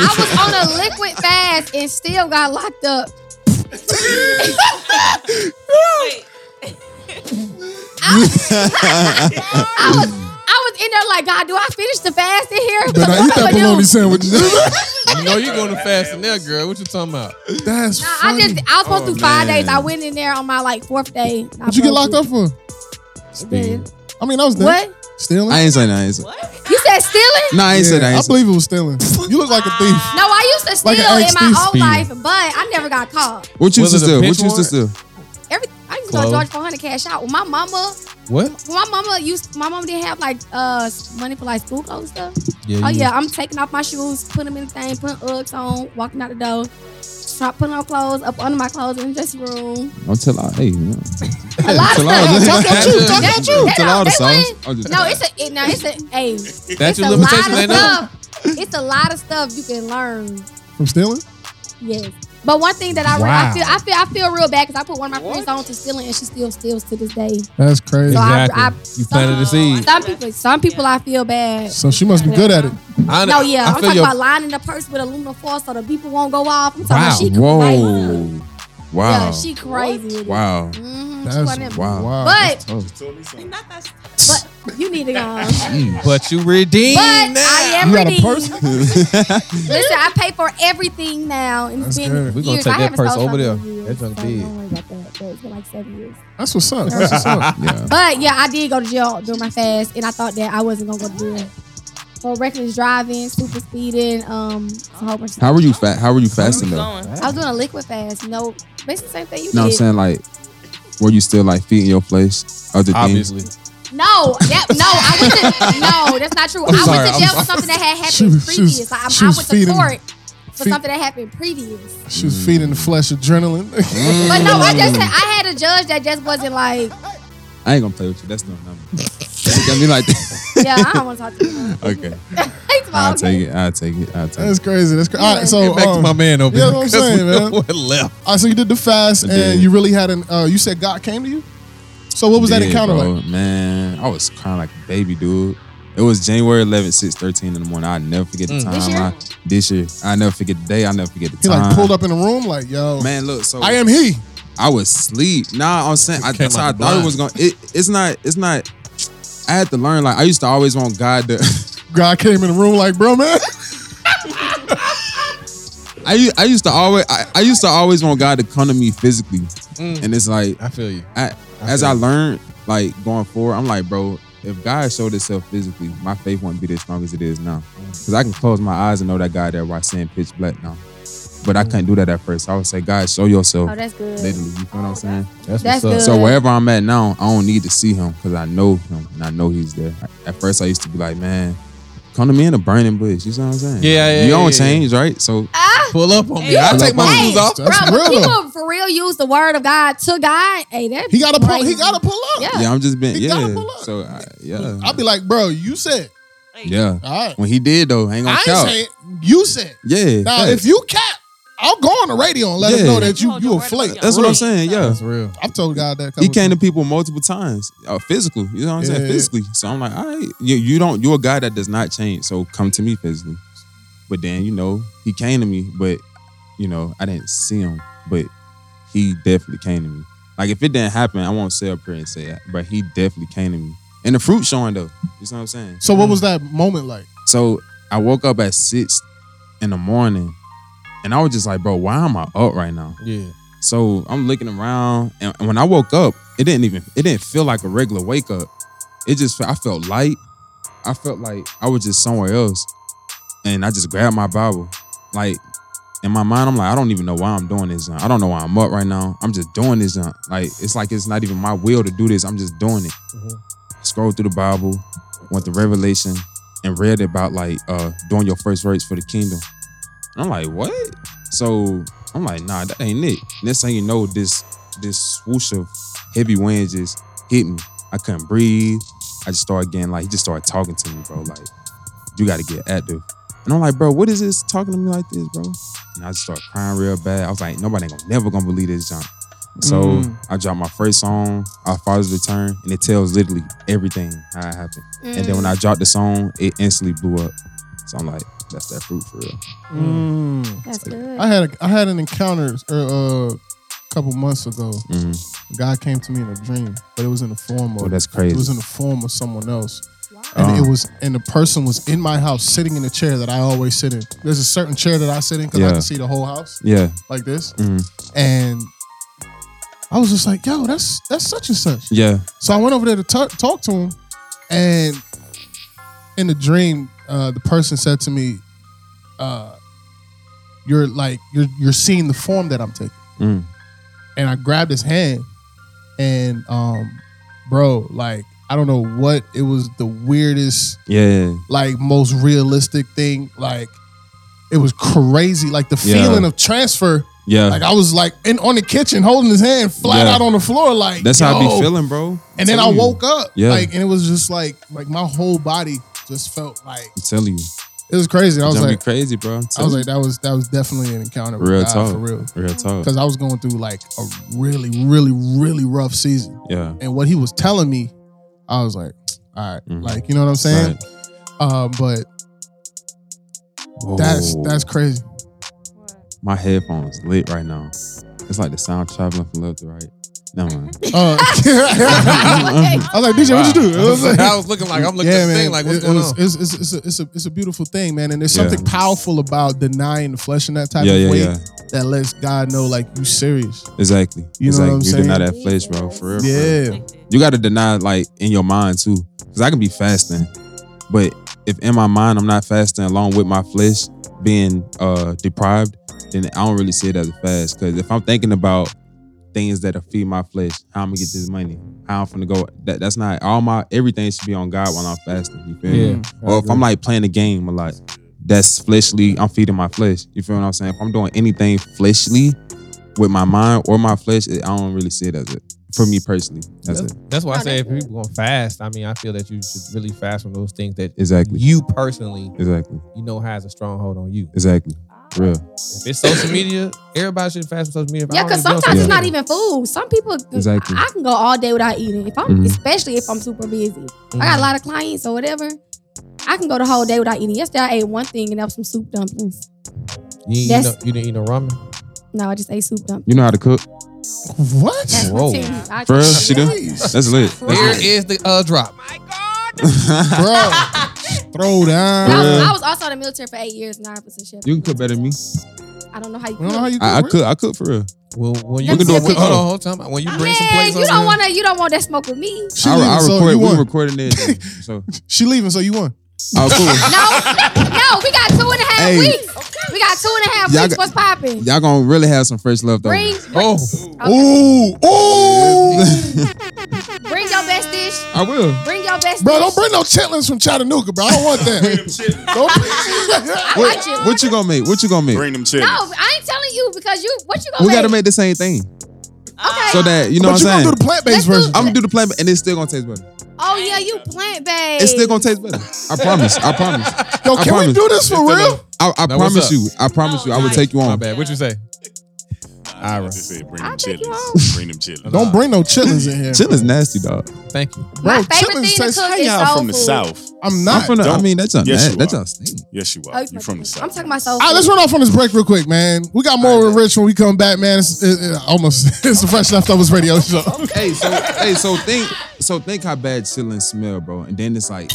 S5: I was on a liquid fast and still got locked up.
S8: Wait,
S5: I was. I was in there like, God, do I finish the fast in here?
S2: But I eat that
S5: But no.
S2: bologna
S6: (laughs)
S2: sandwich.
S7: You know you're going to fast in there, girl. What you talking about?
S2: (laughs) That's
S5: Nah, I
S2: funny.
S5: just. I was supposed to do
S6: Oh,
S5: five
S6: man.
S5: days. I went in there on my like fourth day.
S2: What you get locked up for?
S5: Then-
S2: I mean, I was there.
S5: What?
S2: Stealing?
S6: I ain't saying that. I ain't say-
S8: what?
S5: You said stealing?
S6: Nah, I ain't say that. I
S2: I,
S6: ain't say-
S2: believe it was stealing. You look like a thief.
S5: No, I used to steal
S2: Like an
S5: in
S2: ex
S5: my
S2: thief
S5: own
S2: speed.
S5: life, but I never got caught.
S6: What you used to
S7: Was it a
S6: steal? What
S7: bench
S6: you used to steel?
S7: warrant?
S5: Every I used to go to
S7: Clothes.
S5: George 400 cash out. When my mama,
S7: What?
S5: when my mama used, my mama didn't have like uh money for like school clothes and stuff.
S7: Yeah.
S5: Oh yeah, I'm taking off my shoes, putting them in the thing, putting Uggs on, walking out the door. Stop putting on clothes up under my clothes in the dressing room.
S6: Don't tell out. Hey, man.
S5: A lot of
S6: Tell all
S5: stuff.
S6: the-
S5: They-
S6: Tell
S5: they
S6: all the
S5: don't- they
S6: songs.
S5: wouldn't-
S6: I'm just-
S5: No, it's a it, now it's a hey.
S7: That's
S5: it's
S7: your
S5: a lot of
S7: limitation, ain't it?
S5: stuff. It's a lot of stuff you can learn.
S2: From stealing?
S5: Yes. But one thing that I, re- I
S7: Wow.
S5: feel I feel I feel real bad because I put one of my friends on to stealing and she still steals to this day.
S2: That's crazy.
S5: So I-
S7: Exactly.
S5: I-
S7: you planted the seed.
S5: Some people some people I feel bad.
S2: So she must be good at it.
S7: I,
S5: No, yeah,
S7: I
S5: I'm
S7: feel
S5: talking
S7: your-
S5: about lining the purse with aluminum foil so the people won't go off. I'm talking
S7: Wow.
S5: about she crazy.
S6: Whoa. Wow.
S5: Yeah, she crazy.
S6: Wow.
S5: Mm-hmm, she one of
S2: That's
S5: them.
S6: Wow.
S2: wow.
S5: But
S6: Oh,
S12: Told me something.
S8: Not that.
S5: but you need to go. on.
S6: Mm.
S7: But you redeemed
S5: But
S7: now.
S5: I am
S2: you got a
S5: redeemed.
S2: purse?
S5: (laughs) Listen, I pay for everything now, and it's
S2: That's
S5: been
S2: good.
S7: We gonna
S5: years.
S7: take
S5: I
S7: that
S5: haven't
S7: purse
S5: sold
S7: over there.
S5: something in years,
S7: That junk
S5: so
S7: big.
S5: Don't worry about that. But it's been like seven years.
S2: That's what's up. That's what's up.
S6: yeah.
S5: But yeah, I did go to jail during my fast, and I thought that I wasn't gonna go to jail. for reckless driving, super speeding, um, it's a whole bunch of
S6: How
S5: stuff.
S6: were you fat? How were you fasting though?
S5: I was doing a liquid fast. No, basically the same thing you
S6: You know what I'm
S5: did.
S6: saying? Like, were you still like feeding your place? Other
S7: Obviously.
S5: No, that no, I went to no, that's not true. i
S6: I'm
S5: went
S6: sorry,
S5: to
S6: I'm
S5: jail
S6: sorry.
S5: for something that had happened
S2: She was- she was-
S5: previous. like, I,
S2: she
S5: I
S2: was
S5: went
S2: feeding-
S5: to court for
S2: feed-
S5: something that happened previous.
S2: She was feeding the flesh adrenaline. (laughs)
S6: Mm.
S5: But no, I just I had a judge that just wasn't like,
S6: I ain't gonna play with you. That's no number. Look at me like that.
S5: (laughs) yeah, I don't want to talk to you.
S6: Okay.
S5: (laughs) Thanks, Mom.
S6: I'll take it. I'll take it. I'll take
S2: That's crazy. That's crazy. All right, so
S7: Get back to
S2: um,
S7: my man over
S2: you know
S7: here,
S2: what I'm
S7: (laughs) 'cause we
S2: saying,
S7: know
S2: man.
S7: what left.
S2: All right, Oh, so you did the fast,
S6: I
S2: and
S6: did.
S2: you really had an. Uh, you said God came to you. So what was that
S6: Yeah,
S2: encounter
S6: bro.
S2: like?
S6: Man, I was crying like a baby, dude. It was January 11th, 6:13 in the morning. I'll never forget the
S2: Mm.
S6: time.
S2: This year?
S6: I, this year. I never forget the day. I never forget the
S2: He
S6: time.
S2: like pulled up in the room, like yo,
S6: Man, look, so
S2: I am he.
S6: I was sleep. Nah, I'm saying I,
S7: came
S6: that's how I
S7: out the
S6: thought it
S7: blind.
S6: was going. It, it's not. It's not. I had to learn. Like I used to always want God to. (laughs)
S2: God came in the room, like bro, man. (laughs)
S6: I u- I used to always I, I used to always want God to come to me physically, and it's like
S7: Mm. I feel you.
S6: I, as
S7: feel
S6: I
S7: you.
S6: learned like going forward, I'm like, bro, if God showed itself physically, my faith wouldn't be as strong as it is now.
S7: Mm.
S6: Because I can close my eyes and know that God there while saying pitch black now. But I
S7: Mm.
S6: couldn't do that at first. I would say, God, show yourself.
S5: Oh, that's good.
S6: (laughs) Literally, you feel what I'm saying?
S7: That's, what's
S5: That's good.
S7: up.
S6: So wherever I'm at now, I don't need to see him because I know him and I know he's there. At first, I used to be like, man, come to me in a burning bush. You see what I'm saying?
S7: Yeah, yeah,
S6: You don't
S7: yeah, yeah.
S6: change, right? So
S7: Pull up on me. (laughs)
S6: Yeah,
S7: I'll
S6: pull
S7: take
S6: up
S7: my
S6: on me.
S7: shoes off.
S2: That's
S5: Bro,
S2: real.
S5: when Ah, people for real use the word of God to God, hey, that
S2: He got to pull. He got to pull up.
S5: Yeah.
S6: yeah, I'm just been
S2: He gotta
S6: yeah.
S2: pull up.
S6: So I, yeah,
S2: I'll be like, bro, you said.
S6: yeah.
S2: All right.
S6: When he did though, I ain't gonna
S2: I ain't
S6: count.
S2: saying you said.
S6: Yeah,
S2: Now,
S6: facts.
S2: if you cap, I'll go on the radio and let him
S6: Yeah.
S2: know that you
S8: Hold
S2: you
S8: your
S2: a
S8: word
S2: flake.
S8: about
S6: that's what
S8: Real.
S6: I'm saying. Yeah,
S7: That's real.
S2: I've told God that. a
S6: he
S2: couple
S6: came to
S2: times.
S6: people multiple times, uh, physical. You know what I'm
S2: Yeah.
S6: saying? Physically. So I'm like, all right, you, you don't. You're a guy that does not change. So come to me physically. But then you know he came to me, but you know I didn't see him, but he definitely came to me. Like if it didn't happen, I won't sit up here and say that. But he definitely came to me, and the fruit showing though. You know what I'm saying?
S2: So what was that moment like?
S6: So I woke up at six in the morning, and I was just like, bro, why am I up right now?
S7: Yeah.
S6: So I'm looking around, and and when I woke up, it didn't even it didn't feel like a regular wake up. It just fe- I felt light. I felt like I was just somewhere else, and I just grabbed my Bible. Like in my mind, I'm like, I don't even know why I'm doing this. Junk. I don't know why I'm up right now. I'm just doing this. Junk. Like it's like it's not even my will to do this. I'm just doing it. Scroll through the Bible, went to Revelation, and read about like uh doing your first works for the kingdom. And I'm like, what? So I'm like, nah, that ain't it. Next thing you know, this this swoosh of heavy wind just hit me. I couldn't breathe. I just started getting like he just started talking to me, bro. Like, you gotta get active. And I'm like, bro, what is this talking to me like this, bro? And I just started crying real bad. I was like, nobody ain't gonna never gonna believe this junk. So
S7: Mm.
S6: I dropped my first song, Our Father's Return, and it tells literally everything how it happened.
S8: Mm.
S6: And then when I dropped the song, it instantly blew up. So I'm like, that's that fruit for real.
S5: That's good.
S2: Mm. I had a, I had an encounter uh, uh, a couple months ago.
S6: Mhm.
S2: A guy came to me in a dream, but it was in the form of
S6: Oh, that's crazy.
S2: It was in the form of someone else,
S6: Uh-huh.
S2: and it was and the person was in my house, sitting in the chair that I always sit in. There's a certain chair that I sit in because I
S6: Yeah.
S2: can see the whole house
S6: Yeah.
S2: like this,
S6: Mhm.
S2: and I was just like, "Yo, that's that's such and such."
S6: Yeah.
S2: So I went over there to t- talk to him, and in the dream, uh, the person said to me, uh, "You're like you're you're seeing the form that I'm taking."
S6: Mm.
S2: And I grabbed his hand, and um, bro, like I don't know what it was the weirdest,
S6: Yeah.
S2: like most realistic thing. Like it was crazy, like the
S6: Yeah.
S2: feeling of transfer.
S6: Yeah.
S2: Like I was like in on the kitchen holding his hand flat
S6: Yeah.
S2: out on the floor, like
S6: That's how I
S2: yo.
S6: be feeling, bro.
S2: And then I
S6: Telling you.
S2: woke up,
S6: Yeah.
S2: like, and it was just like, like my whole body just felt like
S6: I'm telling you.
S2: it was crazy. I
S6: It's
S2: was
S6: gonna
S2: like,
S6: be crazy, bro. I'm
S2: I was
S6: telling
S2: like, that was that was definitely an encounter.
S6: you. real
S2: with God,
S6: talk.
S2: for real,
S6: Real talk.
S2: because I was going through like a really, really, really rough season,
S6: Yeah.
S2: and what he was telling me, I was like, all right,
S6: Mhm.
S2: like you know what I'm saying. Um, but that's
S6: Whoa.
S2: that's crazy.
S6: my headphones lit right now. It's like the sound traveling from left to right. No man.
S2: (laughs)
S6: (laughs)
S2: Uh, I was like, DJ, what you do? (laughs) I
S7: (laughs)
S2: was like,
S7: I was looking like I'm looking at the thing like what's
S2: It- it
S7: going
S2: was-
S7: on?
S2: It's, it's, it's, a, it's, a, it's a beautiful thing, man. And there's
S6: Yeah.
S2: something powerful about denying the flesh in that type
S6: Yeah,
S2: of
S6: yeah,
S2: way
S6: yeah.
S2: that lets God know, like, you serious.
S6: Exactly.
S2: You know what
S6: exactly.
S2: I'm
S6: you
S2: saying?
S6: deny that flesh, bro. For real. for real.
S13: (laughs)
S2: Yeah.
S6: You gotta deny like in your mind too. Cause I can be fasting, but if in my mind I'm not fasting along with my flesh being uh deprived, then I don't really see it as a fast. Cause if I'm thinking about things that'll feed my flesh, how I'm gonna get this money, how I'm gonna go that that's not all my everything should be on God while I'm fasting. You feel
S7: Yeah,
S6: me?
S7: I
S6: Or if I'm
S7: agree.
S6: like playing a game a lot, that's fleshly, I'm feeding my flesh. You feel what I'm saying? If I'm doing anything fleshly with my mind or my flesh, it, I don't really see it as it. For me personally, that's it.
S7: That's why I say if people gonna fast, I mean, I feel that you should really fast from those things that
S6: Exactly.
S7: you personally,
S6: Exactly.
S7: you know, has a stronghold on you.
S6: Exactly. Real.
S7: If it's social media, everybody should fast from social media. If I
S5: Yeah,
S7: don't
S5: because
S7: even be on
S5: sometimes it's
S7: social
S5: not
S7: media-
S5: even food. Some people,
S6: Exactly.
S5: I can go all day without eating. If I'm,
S2: Mm-hmm.
S6: Mhm.
S5: especially if I'm super busy, I got
S6: Mhm.
S5: a lot of clients or whatever. I can go the whole day without eating. Yesterday, I ate one thing and that was some soup dumplings.
S7: mm, You, didn't eat
S5: That's-
S7: no, you didn't eat no ramen.
S5: No, I just ate soup dumplings.
S6: You know how to cook?
S2: What?
S5: That's
S6: Whoa.
S5: my team. I-
S6: For real? She
S5: (laughs)
S6: do? That's lit.
S7: Here
S6: That's lit.
S7: is the uh, drop.
S2: Bro, throw down.
S5: I was,
S6: real.
S5: I was also in the military for eight years, and I was a chef.
S6: You can cook better than me.
S5: I don't know how you
S2: You know how
S5: cook.
S2: you
S6: I, I
S2: cook,
S6: cook. I cook for real.
S7: Well, when you
S6: We can do a cook
S7: hold on,
S6: off.
S7: hold on. When you bring some
S5: Man,
S7: plates
S5: you
S7: over
S5: don't want to. You don't want that smoke with me.
S2: She
S6: I,
S2: leaving,
S6: I
S2: so
S6: recorded.
S2: you
S6: We
S2: won.
S6: recording it. So
S2: She leaving, so you won.
S6: oh cool.
S5: No, no, we got two and a half
S6: Hey.
S5: weeks. We got two and a half
S6: Y'all
S5: weeks.
S6: got-
S5: What's popping?
S6: Y'all gonna really have some fresh leftovers.
S5: Bring,
S7: Oh,
S2: Ooh, ooh,
S5: bring your best dish.
S6: (laughs) I will.
S5: Bring your best
S2: bro,
S5: dish.
S2: don't bring no chitlins from Chattanooga, bro. I don't
S12: (laughs)
S2: want that. don't.
S5: I like
S6: What,
S5: you.
S6: what you gonna make? What you gonna make?
S12: Bring them chips.
S5: No, I ain't telling you because you. What you gonna
S6: we
S5: make?
S6: gotta make the same thing
S5: Okay.
S6: so that you know
S2: but
S6: what
S2: you
S6: I'm
S2: gonna
S6: saying.
S2: do the plant based
S5: Let's do-
S2: version.
S6: I'm gonna do the plan, and it's still gonna taste better.
S5: oh yeah, you plant based.
S6: It's still gonna taste better. I promise. I promise.
S2: Yo,
S6: I
S2: can we
S6: promise.
S2: do this for real? Oh,
S6: I, I
S7: Now, what's
S6: promise
S7: up?
S6: you. I promise you. I will take you
S7: my
S6: on.
S7: bad. What you say?
S12: I
S7: Ira.
S12: just uh, said bring
S5: I'll
S12: them
S5: take you
S12: chitlins. Bring them chitlins.
S2: Don't bring no chitlins in here.
S6: Chillin's nasty, dog.
S7: Thank you.
S5: My
S2: bro,
S5: favorite
S2: chitlins
S5: thing to
S2: taste-
S5: cook
S12: How
S5: is
S12: y'all
S5: soul
S12: from the
S5: food.
S12: south?
S2: I'm
S6: I'm
S2: not.
S6: from the, I
S12: Don't.
S6: mean, that's a
S12: Yes,
S6: yes,
S12: you
S6: that's
S12: are.
S6: a stink.
S12: Yes, you are.
S5: Oh,
S12: you from
S5: my
S12: the
S5: goodness.
S12: south.
S5: I'm talking about soul.
S2: All right, let's
S5: food.
S2: run off on this break real quick, man. We got more with Rich when we come back, man. It's, it, it- almost (laughs) it's a fresh leftovers radio show.
S6: hey, so hey, so think so think how bad chillin smell, bro. And then it's like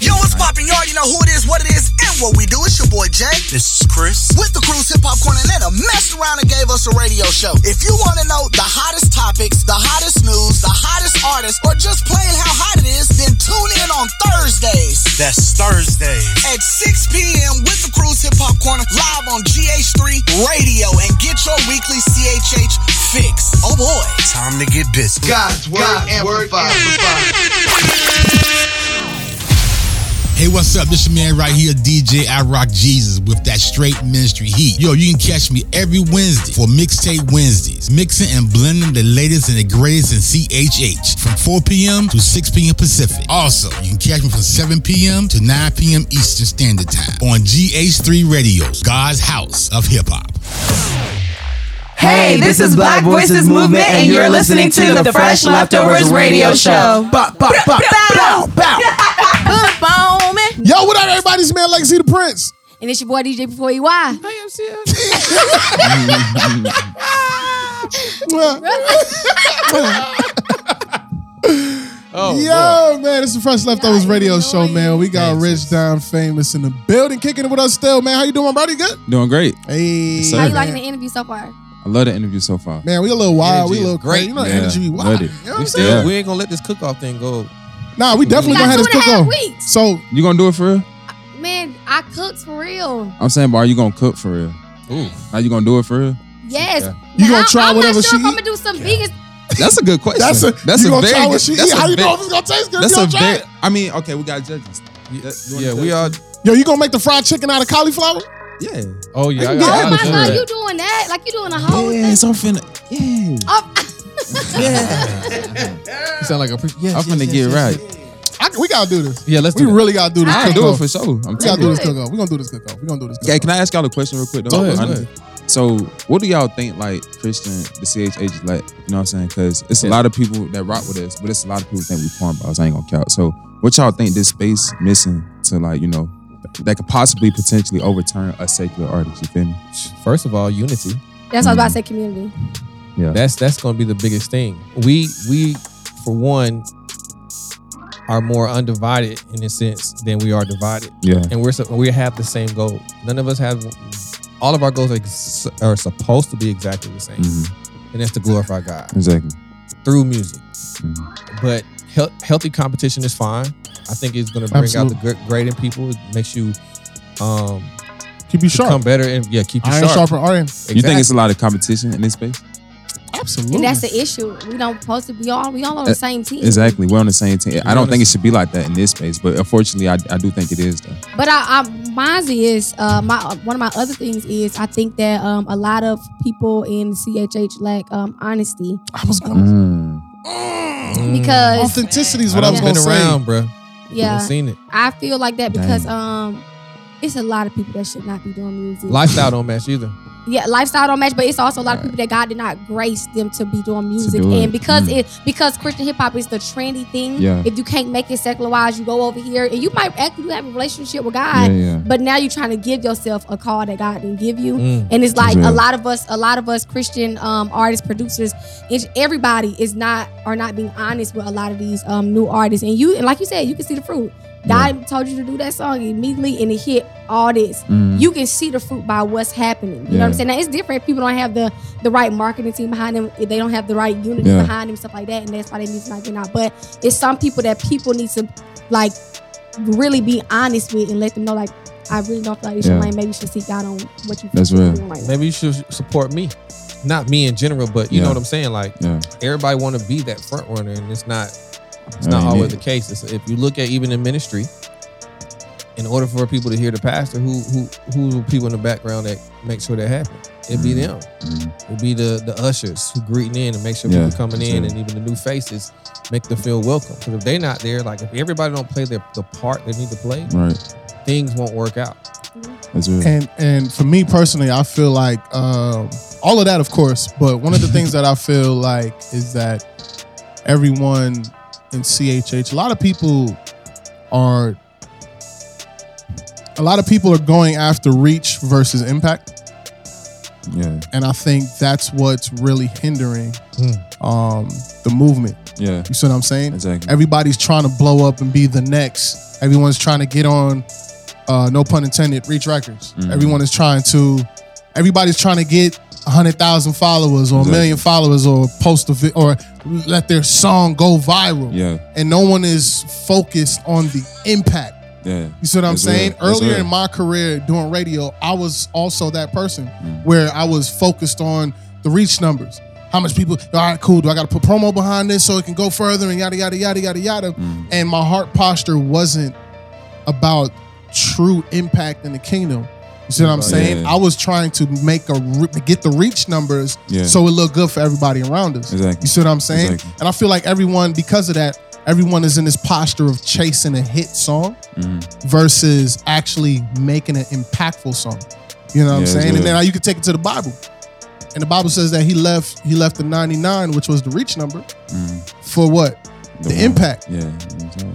S14: Yo, what's poppin'? You already know who it is, what it is, and what we do. It's your boy Jay. This is Chris. With the Cruise Hip Hop Corner, they done messed around and gave us a radio show. If you wanna know the hottest topics, the hottest news, the hottest artists, or just plain how hot it is, then tune in on Thursdays. That's Thursdays. At 6 p.m. with the Cruise Hip Hop Corner, live on GH3 Radio, and get your weekly CHH fix. Oh boy. Time to get busy.
S1: God's word amplified.
S15: Hey, what's up? This your man right here, DJ I Rock Jesus, with that straight ministry heat. Yo, you can catch me every Wednesday for Mixtape Wednesdays, mixing and blending the latest and the greatest in CHH from 4 p.m. to 6 p.m. Pacific. Also, you can catch me from 7 p.m. to 9 p.m. Eastern Standard Time on GH3 Radios, God's House of Hip Hop.
S16: Hey, this is Black Voices Movement, and you're listening to the Fresh Leftovers Radio Show.
S14: Bop, bop, bop, bow,
S5: bow. Boom, man.
S2: Yo, what up, everybody? It's man Legacy the Prince.
S5: And it's your boy DJ before E EY. I
S7: Oh,
S2: Yo, man, it's the fresh leftovers radio show, man. We got Rich Don Famous in the building, kicking it with us still, man. How you doing, my brother? You good?
S6: doing great.
S2: Hey,
S6: Yes,
S5: How
S6: sir.
S5: you liking the interview so far?
S6: I love the interview so far.
S2: man? We a little wild,
S7: Energy
S2: we a
S7: is
S2: little
S7: great.
S2: great. You know,
S6: Yeah,
S2: energy, we wild.
S6: love
S2: You
S6: it.
S2: know what
S7: We
S2: I'm
S7: still
S2: saying?
S7: we ain't gonna let this cook off thing go.
S2: Nah, we definitely
S5: got
S2: gonna have
S5: two
S2: this
S5: and
S2: cook
S5: a half
S2: on.
S5: weeks.
S2: So,
S6: You gonna do it for real?
S5: Man, I cooked for real.
S6: I'm saying, but are you gonna cook for real?
S7: Ooh.
S6: Are you gonna do it for real?
S5: Yes.
S6: Okay.
S2: You
S5: Now,
S2: gonna
S5: I-
S2: try
S5: I'm
S2: whatever
S5: not
S2: she
S5: sure if I'm gonna do some vegan.
S6: That's a good question.
S2: (laughs) that's a
S6: that's
S2: you
S6: a
S2: gonna
S6: very
S2: try
S6: good-
S2: what she
S6: that's
S2: eat?
S6: a
S2: How you
S6: very-
S2: know if it's gonna taste good?
S6: That's
S2: you
S6: a
S2: don't try
S6: very.
S2: it.
S6: I mean, okay, we got judges.
S7: Yeah,
S6: you wanna
S7: yeah,
S6: say
S7: we are.
S2: Yo, you gonna make the fried chicken out of cauliflower?
S6: Yeah.
S7: Oh yeah, I got
S6: I can get
S5: Oh
S6: out
S7: I
S6: of
S5: my
S7: understand
S6: here.
S5: god,
S7: that.
S5: you doing that? Like you doing a whole thing.
S6: Yes, I'm finna. Yeah.
S5: Oh,
S7: You sound like a. Pre- yes,
S6: I'm
S7: yes,
S6: finna
S7: yes,
S6: get
S7: yes,
S6: right.
S7: yes.
S2: I, we gotta do this.
S7: Yeah, let's
S2: We
S7: do that.
S2: really gotta do this.
S5: I
S6: I
S2: cook
S6: do it
S2: off.
S6: for sure. I'm
S2: We gotta
S6: telling
S2: do
S6: you.
S2: this cook off. We gonna do this cook off. We gonna do this.
S6: Okay,
S2: Cook-off.
S6: can I ask y'all a question real quick? though?
S7: Go ahead, go
S6: Honestly. So, what do y'all think, like Christian, the CHH is like? You know what I'm saying? Because it's a lot of people that rock with us, but it's a lot of people think we porn bars. I ain't gonna count. So, what y'all think this space missing to like, you know, that could possibly potentially overturn a secular artist? You feel me?
S7: First of all, unity.
S5: that's what I was about to say. Community.
S7: That's that's gonna be the biggest thing. We we for one are more undivided in a sense than we are divided,
S6: Yeah.
S7: and we're sup- we have the same goal. None of us have. All of our goals are, ex- are supposed to be exactly the same,
S6: Mhm.
S7: and that's to glorify God
S6: Exactly.
S7: through music.
S6: Mhm.
S7: But health, healthy competition is fine. I think it's going to bring
S2: Absolutely.
S7: out the gr- great in people. It makes you um,
S2: keep you
S7: sharp, become better, and yeah, keep you
S6: Iron
S7: sharp.
S2: sharper iron.
S6: You think it's a lot of competition in this space?
S2: Absolutely.
S5: And that's the issue. We don't supposed to be all we all on
S2: Eh,
S5: the
S6: Uh,
S5: same team.
S6: Exactly. We're on the same team. I
S7: on
S6: don't
S7: the
S6: think it should be like that in this space, but unfortunately, I, I do think it is, though.
S5: But I, I mine is uh, my one of my other things is I think that um, a lot of people in CHH lack um, honesty.
S2: I was going Mm.
S7: Mm.
S5: because
S2: authenticity is
S7: I
S2: what I,
S7: done
S2: was
S7: been
S2: going to say.
S7: around, bro.
S5: yeah,
S7: I've seen it.
S5: I feel like that because
S7: Dang.
S5: um, it's a lot of people that should not be doing music.
S7: Lifestyle don't match either.
S5: yeah, lifestyle don't match, but it's also a lot of people that God did not grace them to be doing music.
S7: do it.
S5: and because
S7: Mm.
S5: it because Christian hip hop is the trendy thing,
S7: Yeah.
S5: if you can't make it secular wise, you go over here and you might actually have a relationship with God,
S17: Yeah, yeah.
S5: but now you're trying to give yourself a call that God didn't give you.
S17: Mm.
S5: And it's like
S17: That's
S5: a
S17: real.
S5: lot of us, a lot of us Christian um, artists, producers, it's, everybody is not are not being honest with a lot of these um, new artists. And you and like you said, you can see the fruit. God told you to do that song immediately and it hit all this.
S17: Mm.
S5: You can see the fruit by what's happening. You know what I'm
S17: Yeah.
S5: saying? Now it's different. if People don't have the the right marketing team behind them. If they don't have the right unity
S17: Yeah.
S5: behind them, stuff like that, and that's why they need to not getting out. But it's some people that people need to like really be honest with and let them know like. I really don't feel like this
S7: Yeah.
S5: your lane. Maybe you should seek out on what you.
S7: That's
S5: feel
S7: real.
S5: is your lane.
S7: Maybe you should support me, not me in general, but you
S6: Yeah.
S7: know what I'm saying. Like
S6: Yeah.
S7: everybody want to be that front runner, and it's not. It's
S6: I
S7: not
S6: mean,
S7: always
S6: it-
S7: the case. It's, if you look at even in ministry, in order for people to hear the pastor, who who who are people in the background that make sure that happen? It'd be them.
S6: Mm.
S7: It'd be the the ushers who greeting in and make sure
S6: Yeah,
S7: people coming in,
S6: that's
S7: and even the new faces make them feel welcome. Because if they're not there, like if everybody don't play their the part they need to play,
S6: Right.
S7: things won't work out.
S6: That's real.
S2: And and for me personally, I feel like um, all of that, of course. But one of the things that I feel like is that everyone in CHH, a lot of people are, a lot of people are going after reach versus impact.
S6: Yeah.
S2: and I think that's what's really hindering
S6: Mm.
S2: um, the movement.
S6: Yeah.
S2: you see what I'm saying?
S6: Exactly.
S2: Everybody's trying to blow up and be the next. Everyone's trying to get on, uh, no pun intended, Reach Records.
S6: Mhm.
S2: Everyone is trying to. Everybody's trying to get hundred thousand followers or a
S6: Exactly.
S2: million followers or post a vi- or let their song go viral,
S6: Yeah.
S2: and no one is focused on the impact.
S6: Yeah.
S2: You see what I'm
S6: That's
S2: saying?
S6: real. That's
S2: Earlier
S6: real.
S2: in my career doing radio, I was also that person
S6: Mm.
S2: where I was focused on the reach numbers. How much people, all right, cool. Do I got to put promo behind this so it can go further and yada, yada, yada, yada, yada?
S6: Mm.
S2: And my heart posture wasn't about true impact in the kingdom. You see what I'm
S6: Right.
S2: saying?
S6: Yeah.
S2: I was trying to make a re- get the reach numbers
S6: Yeah.
S2: so it looked good for everybody around us.
S6: Exactly.
S2: You see what I'm saying?
S6: Exactly.
S2: And I feel like everyone, because of that, everyone is in this posture of chasing a hit song
S6: Mhm.
S2: versus actually making an impactful song. You know what
S6: Yeah,
S2: I'm
S6: it's
S2: saying?
S6: real.
S2: And then you can take it to the Bible. And the Bible says that he left he left the 99, which was the reach number,
S6: Mhm.
S2: for what? The, impact.
S6: Yeah.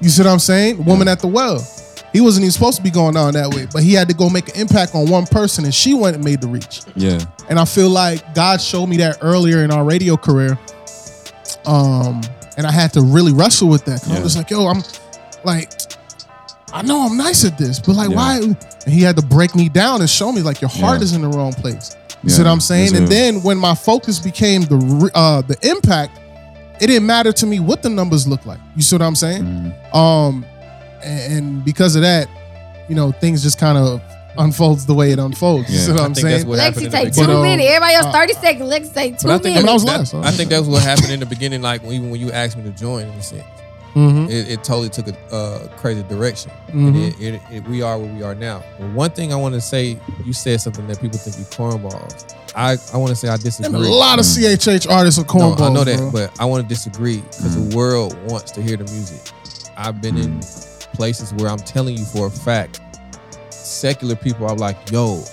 S2: You see what I'm saying? Woman at the well. He wasn't even supposed to be going on that way, but he had to go make an impact on one person and she went and made the reach.
S6: Yeah.
S2: And I feel like God showed me that earlier in our radio career. Um, and I had to really wrestle with that. 'Cause I'm
S6: Yeah.
S2: just like, yo, I'm like, I know I'm nice at this, but like,
S6: Yeah.
S2: why? And he had to break me down and show me like your heart
S6: Yeah.
S2: is in the wrong place. You
S6: Yeah,
S2: see what I'm saying?
S6: that's
S2: And
S6: real.
S2: then when my focus became the re- uh, the impact, it didn't matter to me what the numbers look like. You see what I'm saying?
S6: Mm.
S2: Um, and, and because of that, you know, things just kind of unfolds the way it unfolds. You
S7: Yeah.
S2: see what
S7: I
S2: I'm
S7: think that's
S2: saying?
S7: what happened
S5: Lexi
S7: in the
S5: take
S7: beginning.
S5: two
S2: But, um,
S5: minutes. Everybody else
S2: uh,
S5: thirty seconds. Lexi take two
S7: But I think,
S5: minutes.
S7: that- that, I think that was what happened in the beginning. Like even when you asked me to join, in a sense,
S2: Mhm.
S7: it, it totally took a uh, crazy direction. And
S2: Mhm.
S7: it, it, it, we are where we are now. But one thing I want to say, you said something that people think you cornballs. I, I want to say I disagree.
S2: And a lot of CHH artists are cornballs.
S7: No, I know that,
S2: bro. Mm.
S7: but I want to disagree because the world wants to hear the music. I've been in
S2: Mm.
S7: places where I'm telling you for a fact, secular people are like, yo,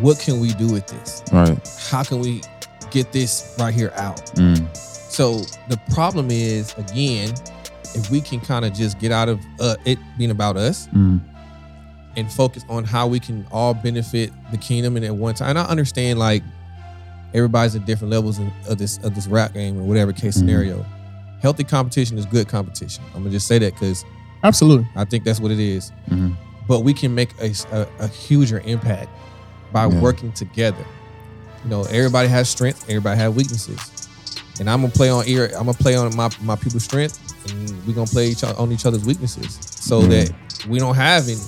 S7: what can we do with this?
S6: Right.
S7: How can we get this right here out?
S6: Mm.
S7: So the problem is, again, if we can kind of just get out of uh, it being about us
S6: Mm.
S7: and focus on how we can all benefit the kingdom and at one time. And I understand like everybody's at different levels in, of this of this rap game or whatever case
S6: Mhm.
S7: scenario. Healthy competition is good competition. I'm gonna just say that because
S2: Absolutely.
S7: I think that's what it is.
S6: Mhm.
S7: But we can make a, s- a- a huger impact by
S6: Yeah.
S7: working together. You know, everybody has strengths. Everybody has weaknesses. and I'm gonna play on ear. I'm gonna play on my my people's strength, and we gonna play each o- on each other's weaknesses, so
S6: Mhm.
S7: that we don't have any.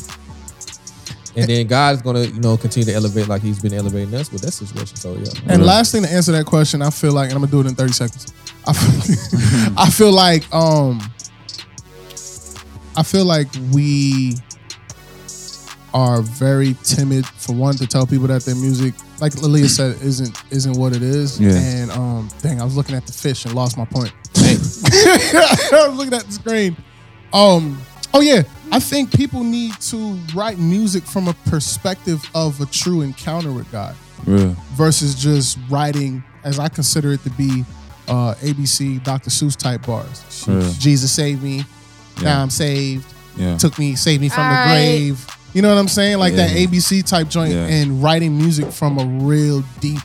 S7: And then God's gonna you know continue to elevate like He's been elevating us with that situation. So yeah.
S2: And last thing to answer that question, I feel like, and I'm gonna do it in 30 seconds. I feel, (laughs) I feel like um I feel like we are very timid for one to tell people that their music, like Lalia said, isn't isn't what it is.
S6: Yeah.
S2: And um dang, I was looking at the fish and lost my point. (laughs) I was looking at the screen. Um oh yeah. I think people need to write music from a perspective of a true encounter with God
S6: Real.
S2: versus just writing as I consider it to be uh, ABC Dr. Seuss type bars.
S6: Yeah.
S2: Jesus saved me. Now I'm saved.
S6: Yeah.
S2: Took me, saved me from
S6: Alright.
S2: the grave. You know what I'm saying? Like that
S6: Yeah.
S2: ABC type joint
S6: Yeah.
S2: and writing music from a real deep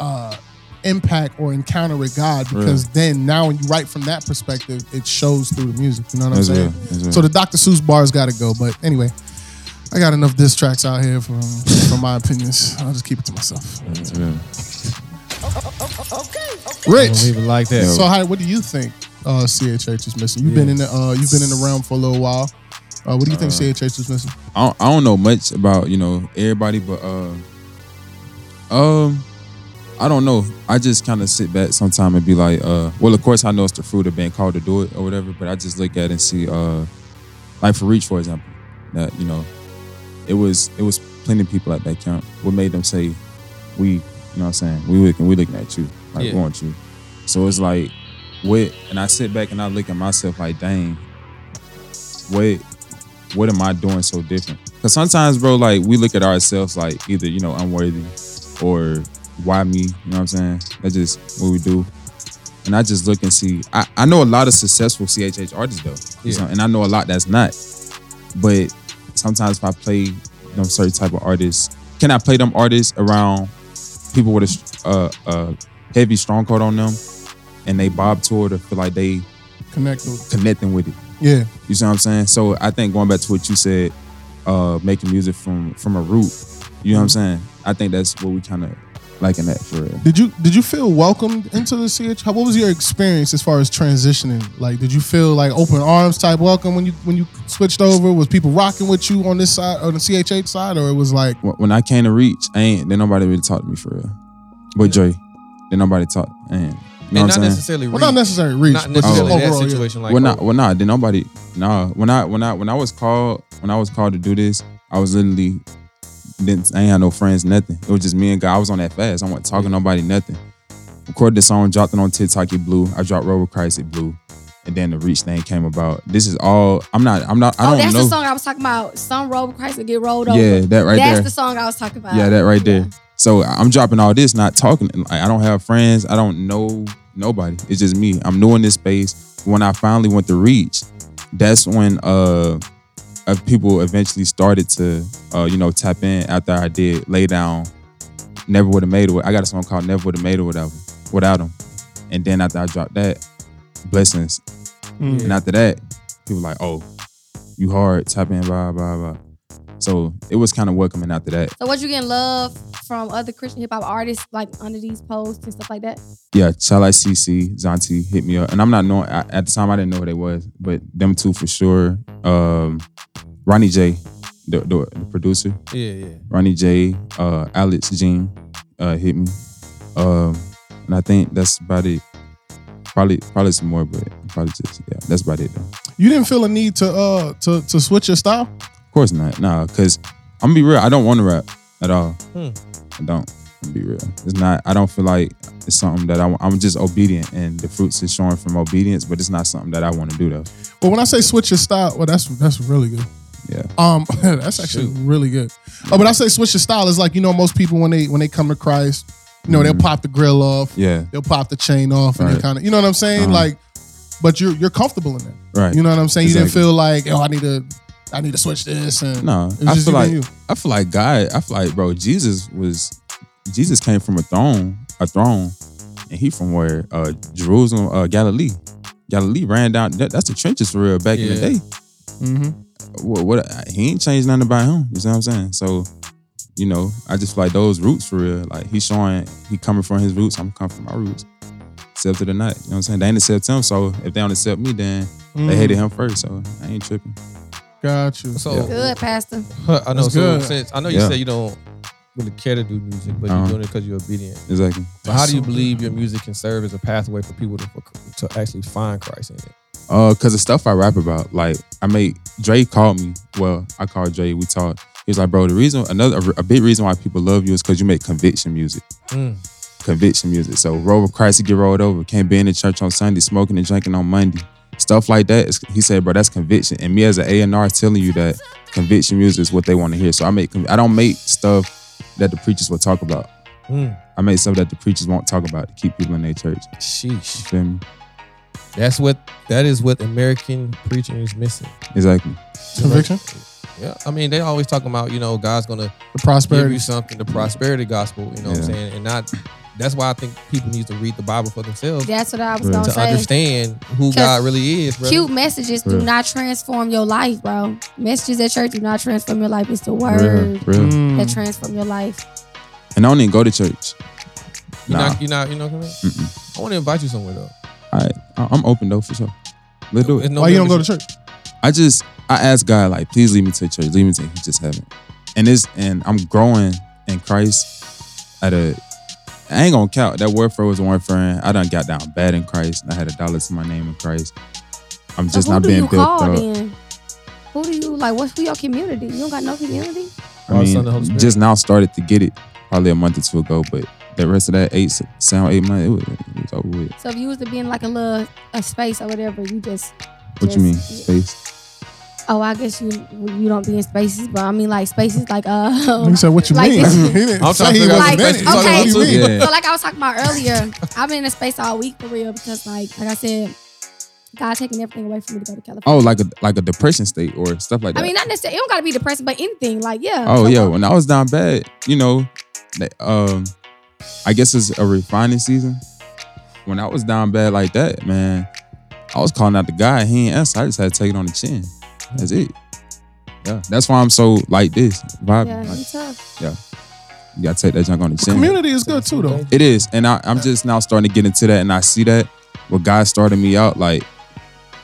S2: uh, impact or encounter with God because
S6: Real.
S2: then now when you write from that perspective, it shows through the music. You know what
S6: That's
S2: I'm
S6: real.
S2: saying?
S6: That's real.
S2: So the Dr. Seuss bars got to go. But anyway, I got enough diss tracks out here from, from my opinions. I'll just keep it to myself. Rich,
S7: Don't leave it like that.
S2: So, how, what do you think uh, CHH is missing? You've been in the uh, you've been in the realm for a little while. Uh, what do you think
S6: Uh,
S2: CHH is missing?
S6: I don't, I don't know much about you know everybody, but uh, um, I don't know. I just kind of sit back sometime and be like, uh, well, of course I know it's the fruit of being called to do it or whatever, but I just look at it and see, uh, like for Reach, for example, that you know, it was it was plenty of people at that camp. What made them say, we, you know, what I'm saying we looking we looking at you, like
S12: Yeah.
S6: we want you. So it's like, what? And I sit back and I look at myself like, dang, what what am I doing so different? Because sometimes, bro, like we look at ourselves like either, you know, unworthy or why me? You know what I'm saying? That's just what we do. And I just look and see. I, I know a lot of successful CHH artists though. You
S12: Yeah.
S6: know, and I know a lot that's not. But sometimes if I play them certain type of artists, can I play them artists around people with a s- uh, uh, heavy strong card on them and they bob to it or feel like they
S2: Connect with.
S6: connecting with it.
S2: Yeah.
S6: You see what I'm saying? So I think going back to what you said, uh, making music from from a root. You know what I'm saying? I think that's what we kind of liking that for real.
S2: Did you did you feel welcomed into the CH? How, what was your experience as far as transitioning? Like, did you feel like open arms type welcome when you when you switched over? Was people rocking with you on this side on the CHH side, or it was like
S6: Wh- When I came to reach, I ain't then nobody really talked to me for real. But Jay, then nobody talked. And
S7: And
S6: you know what
S7: not
S6: I'm saying?
S7: necessarily
S2: Well, not
S7: reach.
S2: necessarily reach,
S7: Not
S2: but just
S7: necessarily that
S2: overall, yeah.
S7: situation. Like oh.
S6: well, not well, not. Did nobody? Nah. When I when I when I was called when I was called to do this, I was literally didn't I ain't had no friends, nothing. It was just me and God. I was on that fast. I wasn't talking to nobody, nothing. Recorded the song, dropped it on TikTok, it blew. I dropped Rover Christ, it blew. And then the reach thing came about. This is all. I'm not. I'm not. I
S5: oh,
S6: don't
S5: that's
S6: know.
S5: the song I was talking about. Some roll Christ and get rolled over.
S6: Yeah, that right
S5: That's
S6: there.
S5: the song I was talking about.
S6: Yeah, that right there. So I'm dropping all this, not talking. Like, I don't have friends. I don't know nobody. It's just me. I'm new in this space. When I finally went to reach, that's when uh, uh people eventually started to uh you know tap in after I did lay down. Never would have made it. I got a song called Never would have made it without without him. And then after I dropped that, blessings.
S12: Mm.
S6: And after that, people like, oh, you hard tap in, blah blah blah. So it was kind of welcoming after that.
S5: So what you getting love from other Christian hip hop artists like under these posts and stuff like that?
S6: Yeah, Child I CC, Zanti hit me up. And I'm not knowing, I, at the time I didn't know who they was, but them two for sure. Um, Ronnie J, the, the, the producer.
S7: Yeah, yeah.
S6: Ronnie J, uh, Alex Jean uh, hit me. Um, and I think that's about it. Probably probably some more, but probably just, yeah, that's about it though.
S2: you didn't feel a need to uh to to switch your style?
S6: Of course not. Nah, because I'm gonna be real, I don't want to rap at all.
S2: Hmm.
S6: I don't. I'm be real. It's not. I don't feel like it's something that I, I'm just obedient, and the fruits is showing from obedience. But it's not something that I want to do though.
S2: Well, when I say switch your style, well, that's that's really good.
S6: Yeah.
S2: Um, (laughs) that's actually really good. Oh, but I say switch your style is like you know most people when they when they come to Christ, you know they'll pop the grill off,
S6: Mm-hmm. Yeah.
S2: they'll pop the chain off, and
S6: Right.
S2: they kind of you know what I'm saying.
S6: Uh-huh.
S2: Like, but you're you're comfortable in that,
S6: Right.
S2: You know what I'm saying. You
S6: Exactly.
S2: didn't feel like oh I need to I need to switch this and
S6: No,
S2: It's
S6: I
S2: just
S6: feel
S2: you being
S6: like
S2: you.
S6: I feel like God. I feel like bro, Jesus was Jesus came from a throne, a throne, and he from where uh Jerusalem, uh Galilee. Galilee ran down. That, that's the trenches for real back in the
S12: Yeah.
S6: day. What, what he ain't changed nothing about him. You see what I'm saying? So, you know, I just feel like those roots for real. Like he's showing he coming from his roots. I'm coming from my roots. accepted or not. You know what I'm saying? They ain't accept him, so if they don't accept me, then they
S2: Mm.
S6: hated him first. So I ain't tripping.
S2: Got you.
S7: So-
S5: Good, Pastor.
S7: I know.
S6: That's
S7: So
S6: good.
S7: since I know you
S6: Yeah.
S7: said you don't really care to do music, but
S6: Uh-huh.
S7: you're doing it because you're obedient.
S6: Exactly.
S7: But how
S6: That's
S7: do you
S6: so
S7: believe your music can serve as a pathway for people to to actually find Christ in it?
S6: Uh, cause the stuff I rap about, like I made Dre called me. Well, I called Dre. We talked. He was like, "Bro, the reason another a big reason why people love you is because you make conviction music.
S7: Mm.
S6: Conviction music. So roll with Christ, you get rolled over. Can't be in the church on Sunday, smoking and drinking on Monday. Stuff like that. is- He said, "Bro, that's conviction." And me as an A and R telling you that conviction music is what they want to hear. So I make. I don't make stuff that the preachers will talk about. I make stuff that the preachers won't talk about to keep people in their church.
S7: Sheesh.
S6: You feel me?
S7: That's what that is what American preaching is missing.
S6: Exactly.
S2: Conviction?
S7: Yeah, I mean they always talking about you know God's gonna
S2: The prosperity.
S7: give you something, the prosperity gospel. You know what I'm
S2: Yeah.
S7: saying, and not. That's why I think people need to read the Bible for themselves.
S5: That's what I was gonna
S7: to
S5: say.
S7: understand who
S5: 'Cause
S7: God really is. Bro.
S5: Cute messages do
S7: Real.
S5: not transform your life, bro. Messages at church do not transform your life. It's the word
S6: real. Mm.
S5: that transform your life.
S6: And I don't even go to church.
S7: You're
S6: Nah.
S7: not, you're not, you know what I mean? I want to invite you somewhere though.
S6: All right, I- I'm open though for sure. Let's do it.
S7: Why you don't go to
S2: church?
S6: I just I asked God like, please lead me to church. Lead me to. He just haven't. And it's and I'm growing in Christ at a. I ain't gonna count. That word for was one friend. I done got down bad in Christ. and I had a dollar to my name in Christ. I'm just
S5: so who
S6: not
S5: do
S6: being
S5: you
S6: built
S5: call
S6: up.
S5: then? Who do you like? What's who your community? You don't got no community.
S6: I mean, just now started to get it probably a month or two ago, but the rest of that eight sound eight months, it was, it was over with.
S5: So if you was to be in like a little a space or whatever, you just
S6: What you mean,
S5: Yes.
S6: space?
S5: oh I guess you you don't be in spaces, but I mean like spaces like (laughs) uh.
S2: He said, "What you
S5: like
S2: mean?"
S5: this-
S2: (laughs) He didn't
S7: I'm
S2: say
S7: trying to
S2: he
S7: figure out
S2: wasn't
S7: what
S2: in
S7: space
S2: it.
S7: you're talking
S2: What
S7: about,
S2: you
S7: too.
S2: mean?
S5: So like I was talking about earlier, I've been in a space all week for real because like like I said, God taking everything away from me to go to California.
S6: Oh, like a like a depression state or stuff like that.
S5: I mean, uh, not necessarily. It don't gotta be depressing, but anything like yeah.
S6: Oh yeah, when I was down bad, you know, that, um, I guess it's a refining season. When I was down bad like that, man, I was calling out the guy. He ain't answer. I just had to take it on the chin. That's it. Yeah, that's why I'm so like this vibing.
S2: Yeah,
S6: like,
S2: you tough.
S6: yeah, you gotta take that junk on the chin.
S2: Community is good too, though.
S6: It is, and I, I'm just now starting to get into that, and I see that. What God started me out like,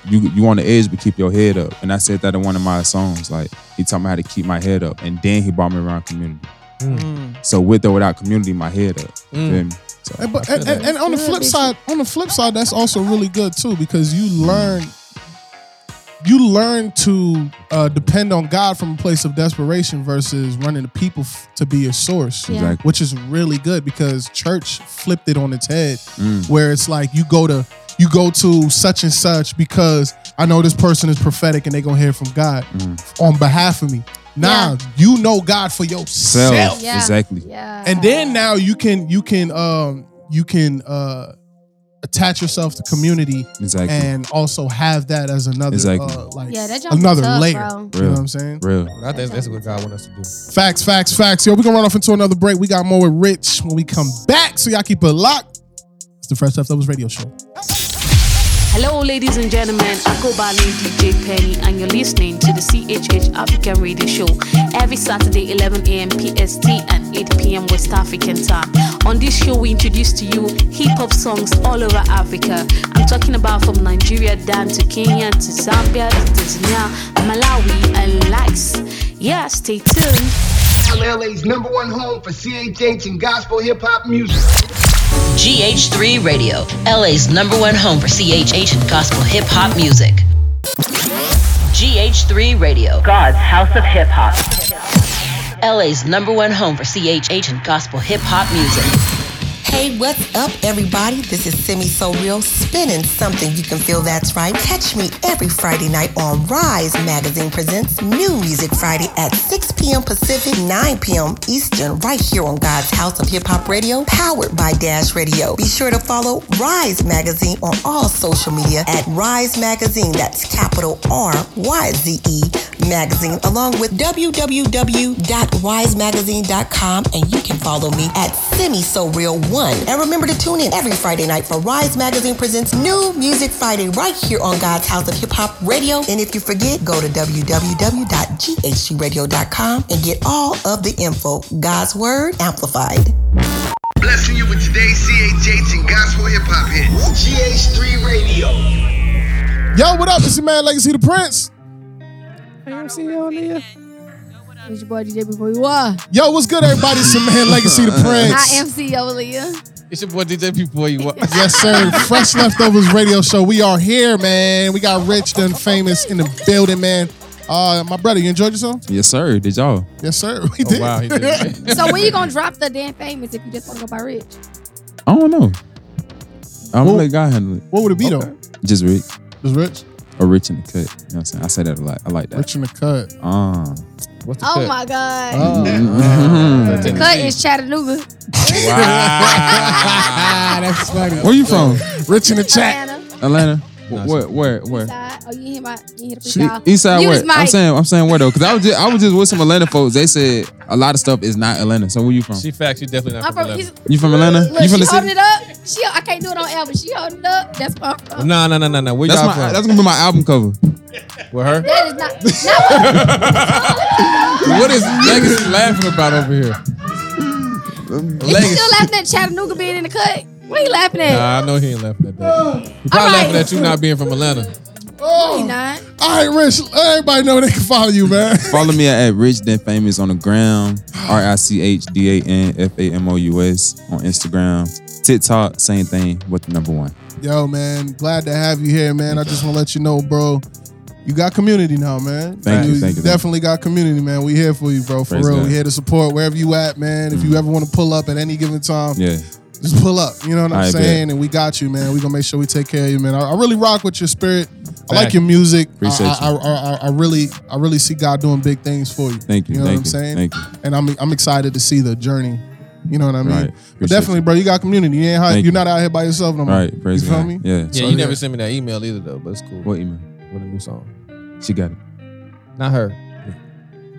S6: you you on the edge, but keep your head up. And I said that in one of my songs. Like he taught me how to keep my head up, and then he brought me around community.
S7: Mm.
S6: So with or without community, my head up. You feel me? So,
S2: And, but, and, and- and on the flip side, on the flip side, that's also really good too because you learn, you learn to uh, depend on God from a place of desperation versus running to people f- to be your source,
S15: Yeah. Exactly.
S2: which is really good because church flipped it on its head,
S6: Hmm.
S15: Mm.
S2: where it's like you go to you go to such and such because I know this person is prophetic and they gonna hear from God on behalf of me. Now you know God for yourself,
S6: Self, Yeah. exactly.
S2: and then now you can you can um you can uh attach yourself to community
S6: Exactly.
S2: and also have that as another
S6: Exactly.
S2: uh, like
S5: Yeah, that jump is
S2: another
S5: tough,
S2: layer.
S5: bro.
S2: You know what I'm saying?
S6: Real.
S7: I think that's what God wants us to do.
S2: Facts, facts, facts. Yo, we gonna run off into another break. We got more with Rich when we come back. So y'all keep it locked. It's the Fresh Leftovers Radio Show.
S17: Hello, ladies and gentlemen. I go by name DJ Penny, and you're listening to the CHH African Radio Show every Saturday, 11 a.m. PST and 8 p.m. West African time. On this show, we introduce to you hip hop songs all over Africa. I'm talking about from Nigeria down to Kenya to Zambia to Tanzania, Malawi, and Laos. Yeah, stay tuned.
S1: LA's number one home for CHH and gospel hip hop music.
S9: GH3 Radio, LA's number one home for CHH and gospel hip hop music. GH3 Radio, God's House of Hip Hop. LA's number one home for CHH and gospel hip hop music.
S13: Hey, what's up, everybody? This is Simi So Real, spinning something you can feel that's right. Catch me every Friday night on Rise Magazine Presents New Music Friday at 6 p.m. Pacific, 9 p.m. Eastern, right here on God's House of Hip Hop Radio, powered by Dash Radio. Be sure to follow Rise Magazine on all social media at Rise Magazine, that's capital R Y Z E Magazine, along with www.wisemagazine.com, and you can follow me at Semi So Real One. And remember to tune in every Friday night for Rise Magazine presents New Music Friday right here on God's House of Hip Hop Radio. And if you forget, go to www.ghgradio.com and get all of the info. God's Word Amplified.
S1: blessing you with today's CHH and gospel hip hop hits. GH3 Radio.
S2: Yo, what up? It's your man Legacy the Prince.
S5: It's your boy DJ before you are.
S2: Yo, what's good, everybody? It's your man Legacy the
S5: I
S2: Prince.
S5: am CEO Aaliyah.
S7: It's your boy DJ before you walk.
S2: Yes, sir. Fresh Leftovers Radio Show. We are here, man. We got Rich done famous in the building, man. Uh, my brother, you enjoyed yourself?
S6: Yes, sir. Did y'all?
S2: Yes, sir. (laughs) We Oh, did.
S6: Oh, wow, he did.
S5: So when you gonna drop the damn famous if you just wanna go by Rich?
S6: I don't know. I'm gonna let God handle it.
S2: (laughs) What would it be though?
S6: Just Rich.
S2: Just Rich.
S6: Or Rich in the cut. You know what I'm saying? I say that a lot. I like that. Rich
S2: in the cut. (laughs)
S6: Ah. What's
S5: Oh my god.
S6: Mhm.
S5: The cut is Chattanooga.
S2: Ah, That's funny.
S6: (laughs) Where you from?
S2: Rich in the chat.
S6: Atlanta. Where? Where? Where?
S5: Oh, you hear my you hear the
S6: She,
S5: freestyle.
S6: east side
S5: you
S6: where?
S5: was my
S6: I'm saying I'm saying where though, because I was just I was just with some Atlanta folks. They said a lot of stuff is not Atlanta. So where you from?
S7: She facts. She definitely not
S5: I'm from
S7: from Atlanta.
S6: You from Atlanta?
S5: look,
S6: you
S5: she
S6: from the
S5: holding
S6: city?
S5: it up. She I can't do it on air, but she holding it up. That's where I'm from.
S7: No, no, no, no, no. Where
S6: That's
S7: y'all
S6: my-
S7: from?
S6: that's gonna be my album cover.
S7: With her?
S5: That is not, not
S7: What is Legacy laughing about over here?
S5: (laughs) Is he
S7: Legacy.
S5: still laughing at Chattanooga being in the cut? What are you laughing at?
S7: Nah, I know he ain't laughing at that. He
S5: All
S7: probably
S5: right.
S7: laughing at you not being from Atlanta.
S5: No, he not.
S2: Oh, All right, Rich. let Everybody know they can follow you, man. (laughs)
S6: Follow me at, at Rich Then Famous on the gram. R I C H D A N F A M O U S on Instagram. TikTok, same thing with the number one.
S2: Yo, man, glad to have you here, man. I just want to let you know, bro. You got community now, man.
S6: Thank you, thank you, thank you.
S2: definitely got community, man. We here for you, bro. For
S6: Praise
S2: real,
S6: God. Mm-hmm.
S2: we here to support wherever you at, man. If you ever want to pull up at any given time,
S6: Yeah.
S2: just pull up. You know what I'm
S6: I bet.
S2: saying? And we got you, man. We gonna make sure we take care of you, man. I, I really rock with your spirit. I like
S6: Thank
S2: your music. I-
S6: Appreciate
S2: I, I, I, I, I really, I really see God doing big things for you.
S6: Thank you,
S2: You know
S6: thank
S2: what I'm
S6: you,
S2: saying?
S6: thank you.
S2: And I'm, I'm excited to see the journey. You know what I mean?
S6: Right.
S2: But
S6: Appreciate
S2: definitely, bro, you got community. You ain't, hi-
S6: Thank
S2: you're not out here by yourself no more.
S6: Right, praise
S2: you feel
S6: God.
S2: me?
S6: Yeah.
S7: Yeah,
S6: So,
S7: you
S6: yeah.
S7: never sent me that email either though, but it's cool.
S6: What email?
S7: With a new song.
S6: She got it.
S7: Not her.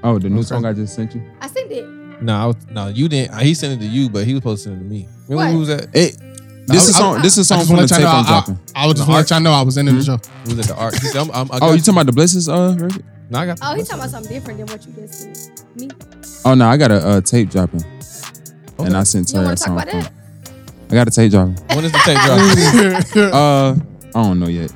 S6: Oh, the new
S7: Okay.
S6: song I just sent you?
S5: I sent it.
S7: No, I was, no, you didn't. He sent it to you, but he was supposed to send it to me. Remember
S5: What?
S7: who was that?
S6: It, this is song. This is song from the tape I'm dropping.
S2: y'all know I was in
S6: it,
S2: Joe.
S7: Was it the art? He said, I'm- I'm- I
S6: Oh,
S7: got
S6: you talking about the blessings? Uh, record?
S7: No, I got.
S5: Oh, he's talking about something different than what you just said. Me.
S6: Oh no, I got a uh, tape dropping, and I sent
S5: You
S6: her
S5: wanna
S6: a
S5: talk
S6: song.
S5: about
S6: from- I got a tape dropping.
S7: When is the tape
S5: (laughs)
S7: (laughs) dropping?
S6: uh, I don't know yet.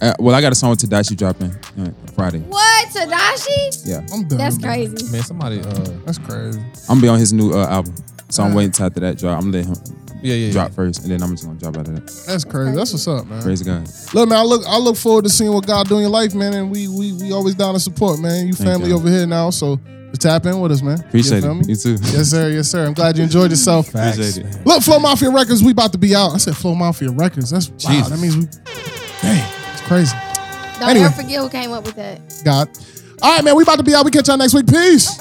S6: Uh, well, I got a song with Tadashi dropping uh, Friday.
S5: What, Tadashi?
S6: Yeah.
S2: (laughs) I'm
S5: done. That's crazy.
S7: Man, somebody. Uh,
S2: That's crazy.
S6: I'm gonna be on his new uh, album, so I'm waiting till after that drop. I'm gonna let him
S7: yeah, yeah,
S6: drop first, and then I'm just gonna drop out of that.
S2: That's crazy. That's what's up, man.
S6: Praise God.
S2: Look, man, I look I look forward to seeing what God do in your life, man. And we we we always down to support, man. You
S6: Thank
S2: family
S6: you.
S2: over here now, so just tap in with us, man.
S6: Appreciate
S2: you feel
S6: it.
S2: Me?
S6: You too.
S2: Yes, sir. Yes, sir. I'm glad you enjoyed yourself.
S6: (laughs) Appreciate it.
S2: Look, Flow Mafia Records, we about to be out. I said Flow Mafia Records. That's wow.
S6: Jesus.
S2: That means we. Dang, it's crazy.
S5: Don't
S2: Anyway.
S5: ever forget who came up with that.
S2: God. All right, man. We about to be out. We catch y'all next week. Peace.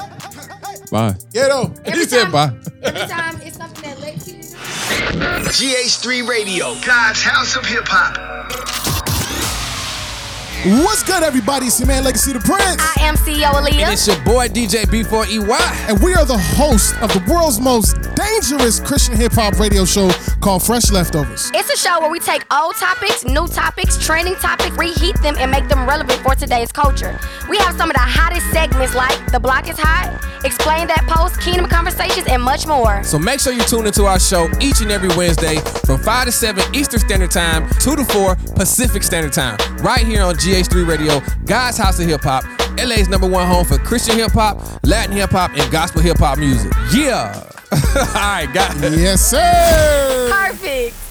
S6: Bye.
S2: Yeah, though.
S5: He
S7: said bye.
S5: Every time it's something that Lexi
S1: GH3 Radio, God's House of Hip Hop.
S2: What's good, everybody? It's your man Legacy the Prince.
S3: I am CEO
S4: And
S3: Aaliyah.
S4: it's your boy DJ B4EY.
S2: And we are the host of the world's most dangerous Christian hip hop radio show called Fresh Leftovers.
S3: It's a show where we take old topics, new topics, trending topics, reheat them, and make them relevant for today's culture. We have some of the hottest segments like The Block is Hot, Explain That Post, Kingdom Conversations, and much more.
S4: So make sure you tune into our show each and every Wednesday from 5 to 7 Eastern Standard Time, 2 to 4 Pacific Standard Time, right here on GH3 Radio, God's House of Hip Hop, LA's number one home for Christian hip hop, Latin hip hop, and (laughs) gospel hip hop music. Yeah. All right, guys.
S2: Yes, sir.
S3: Perfect.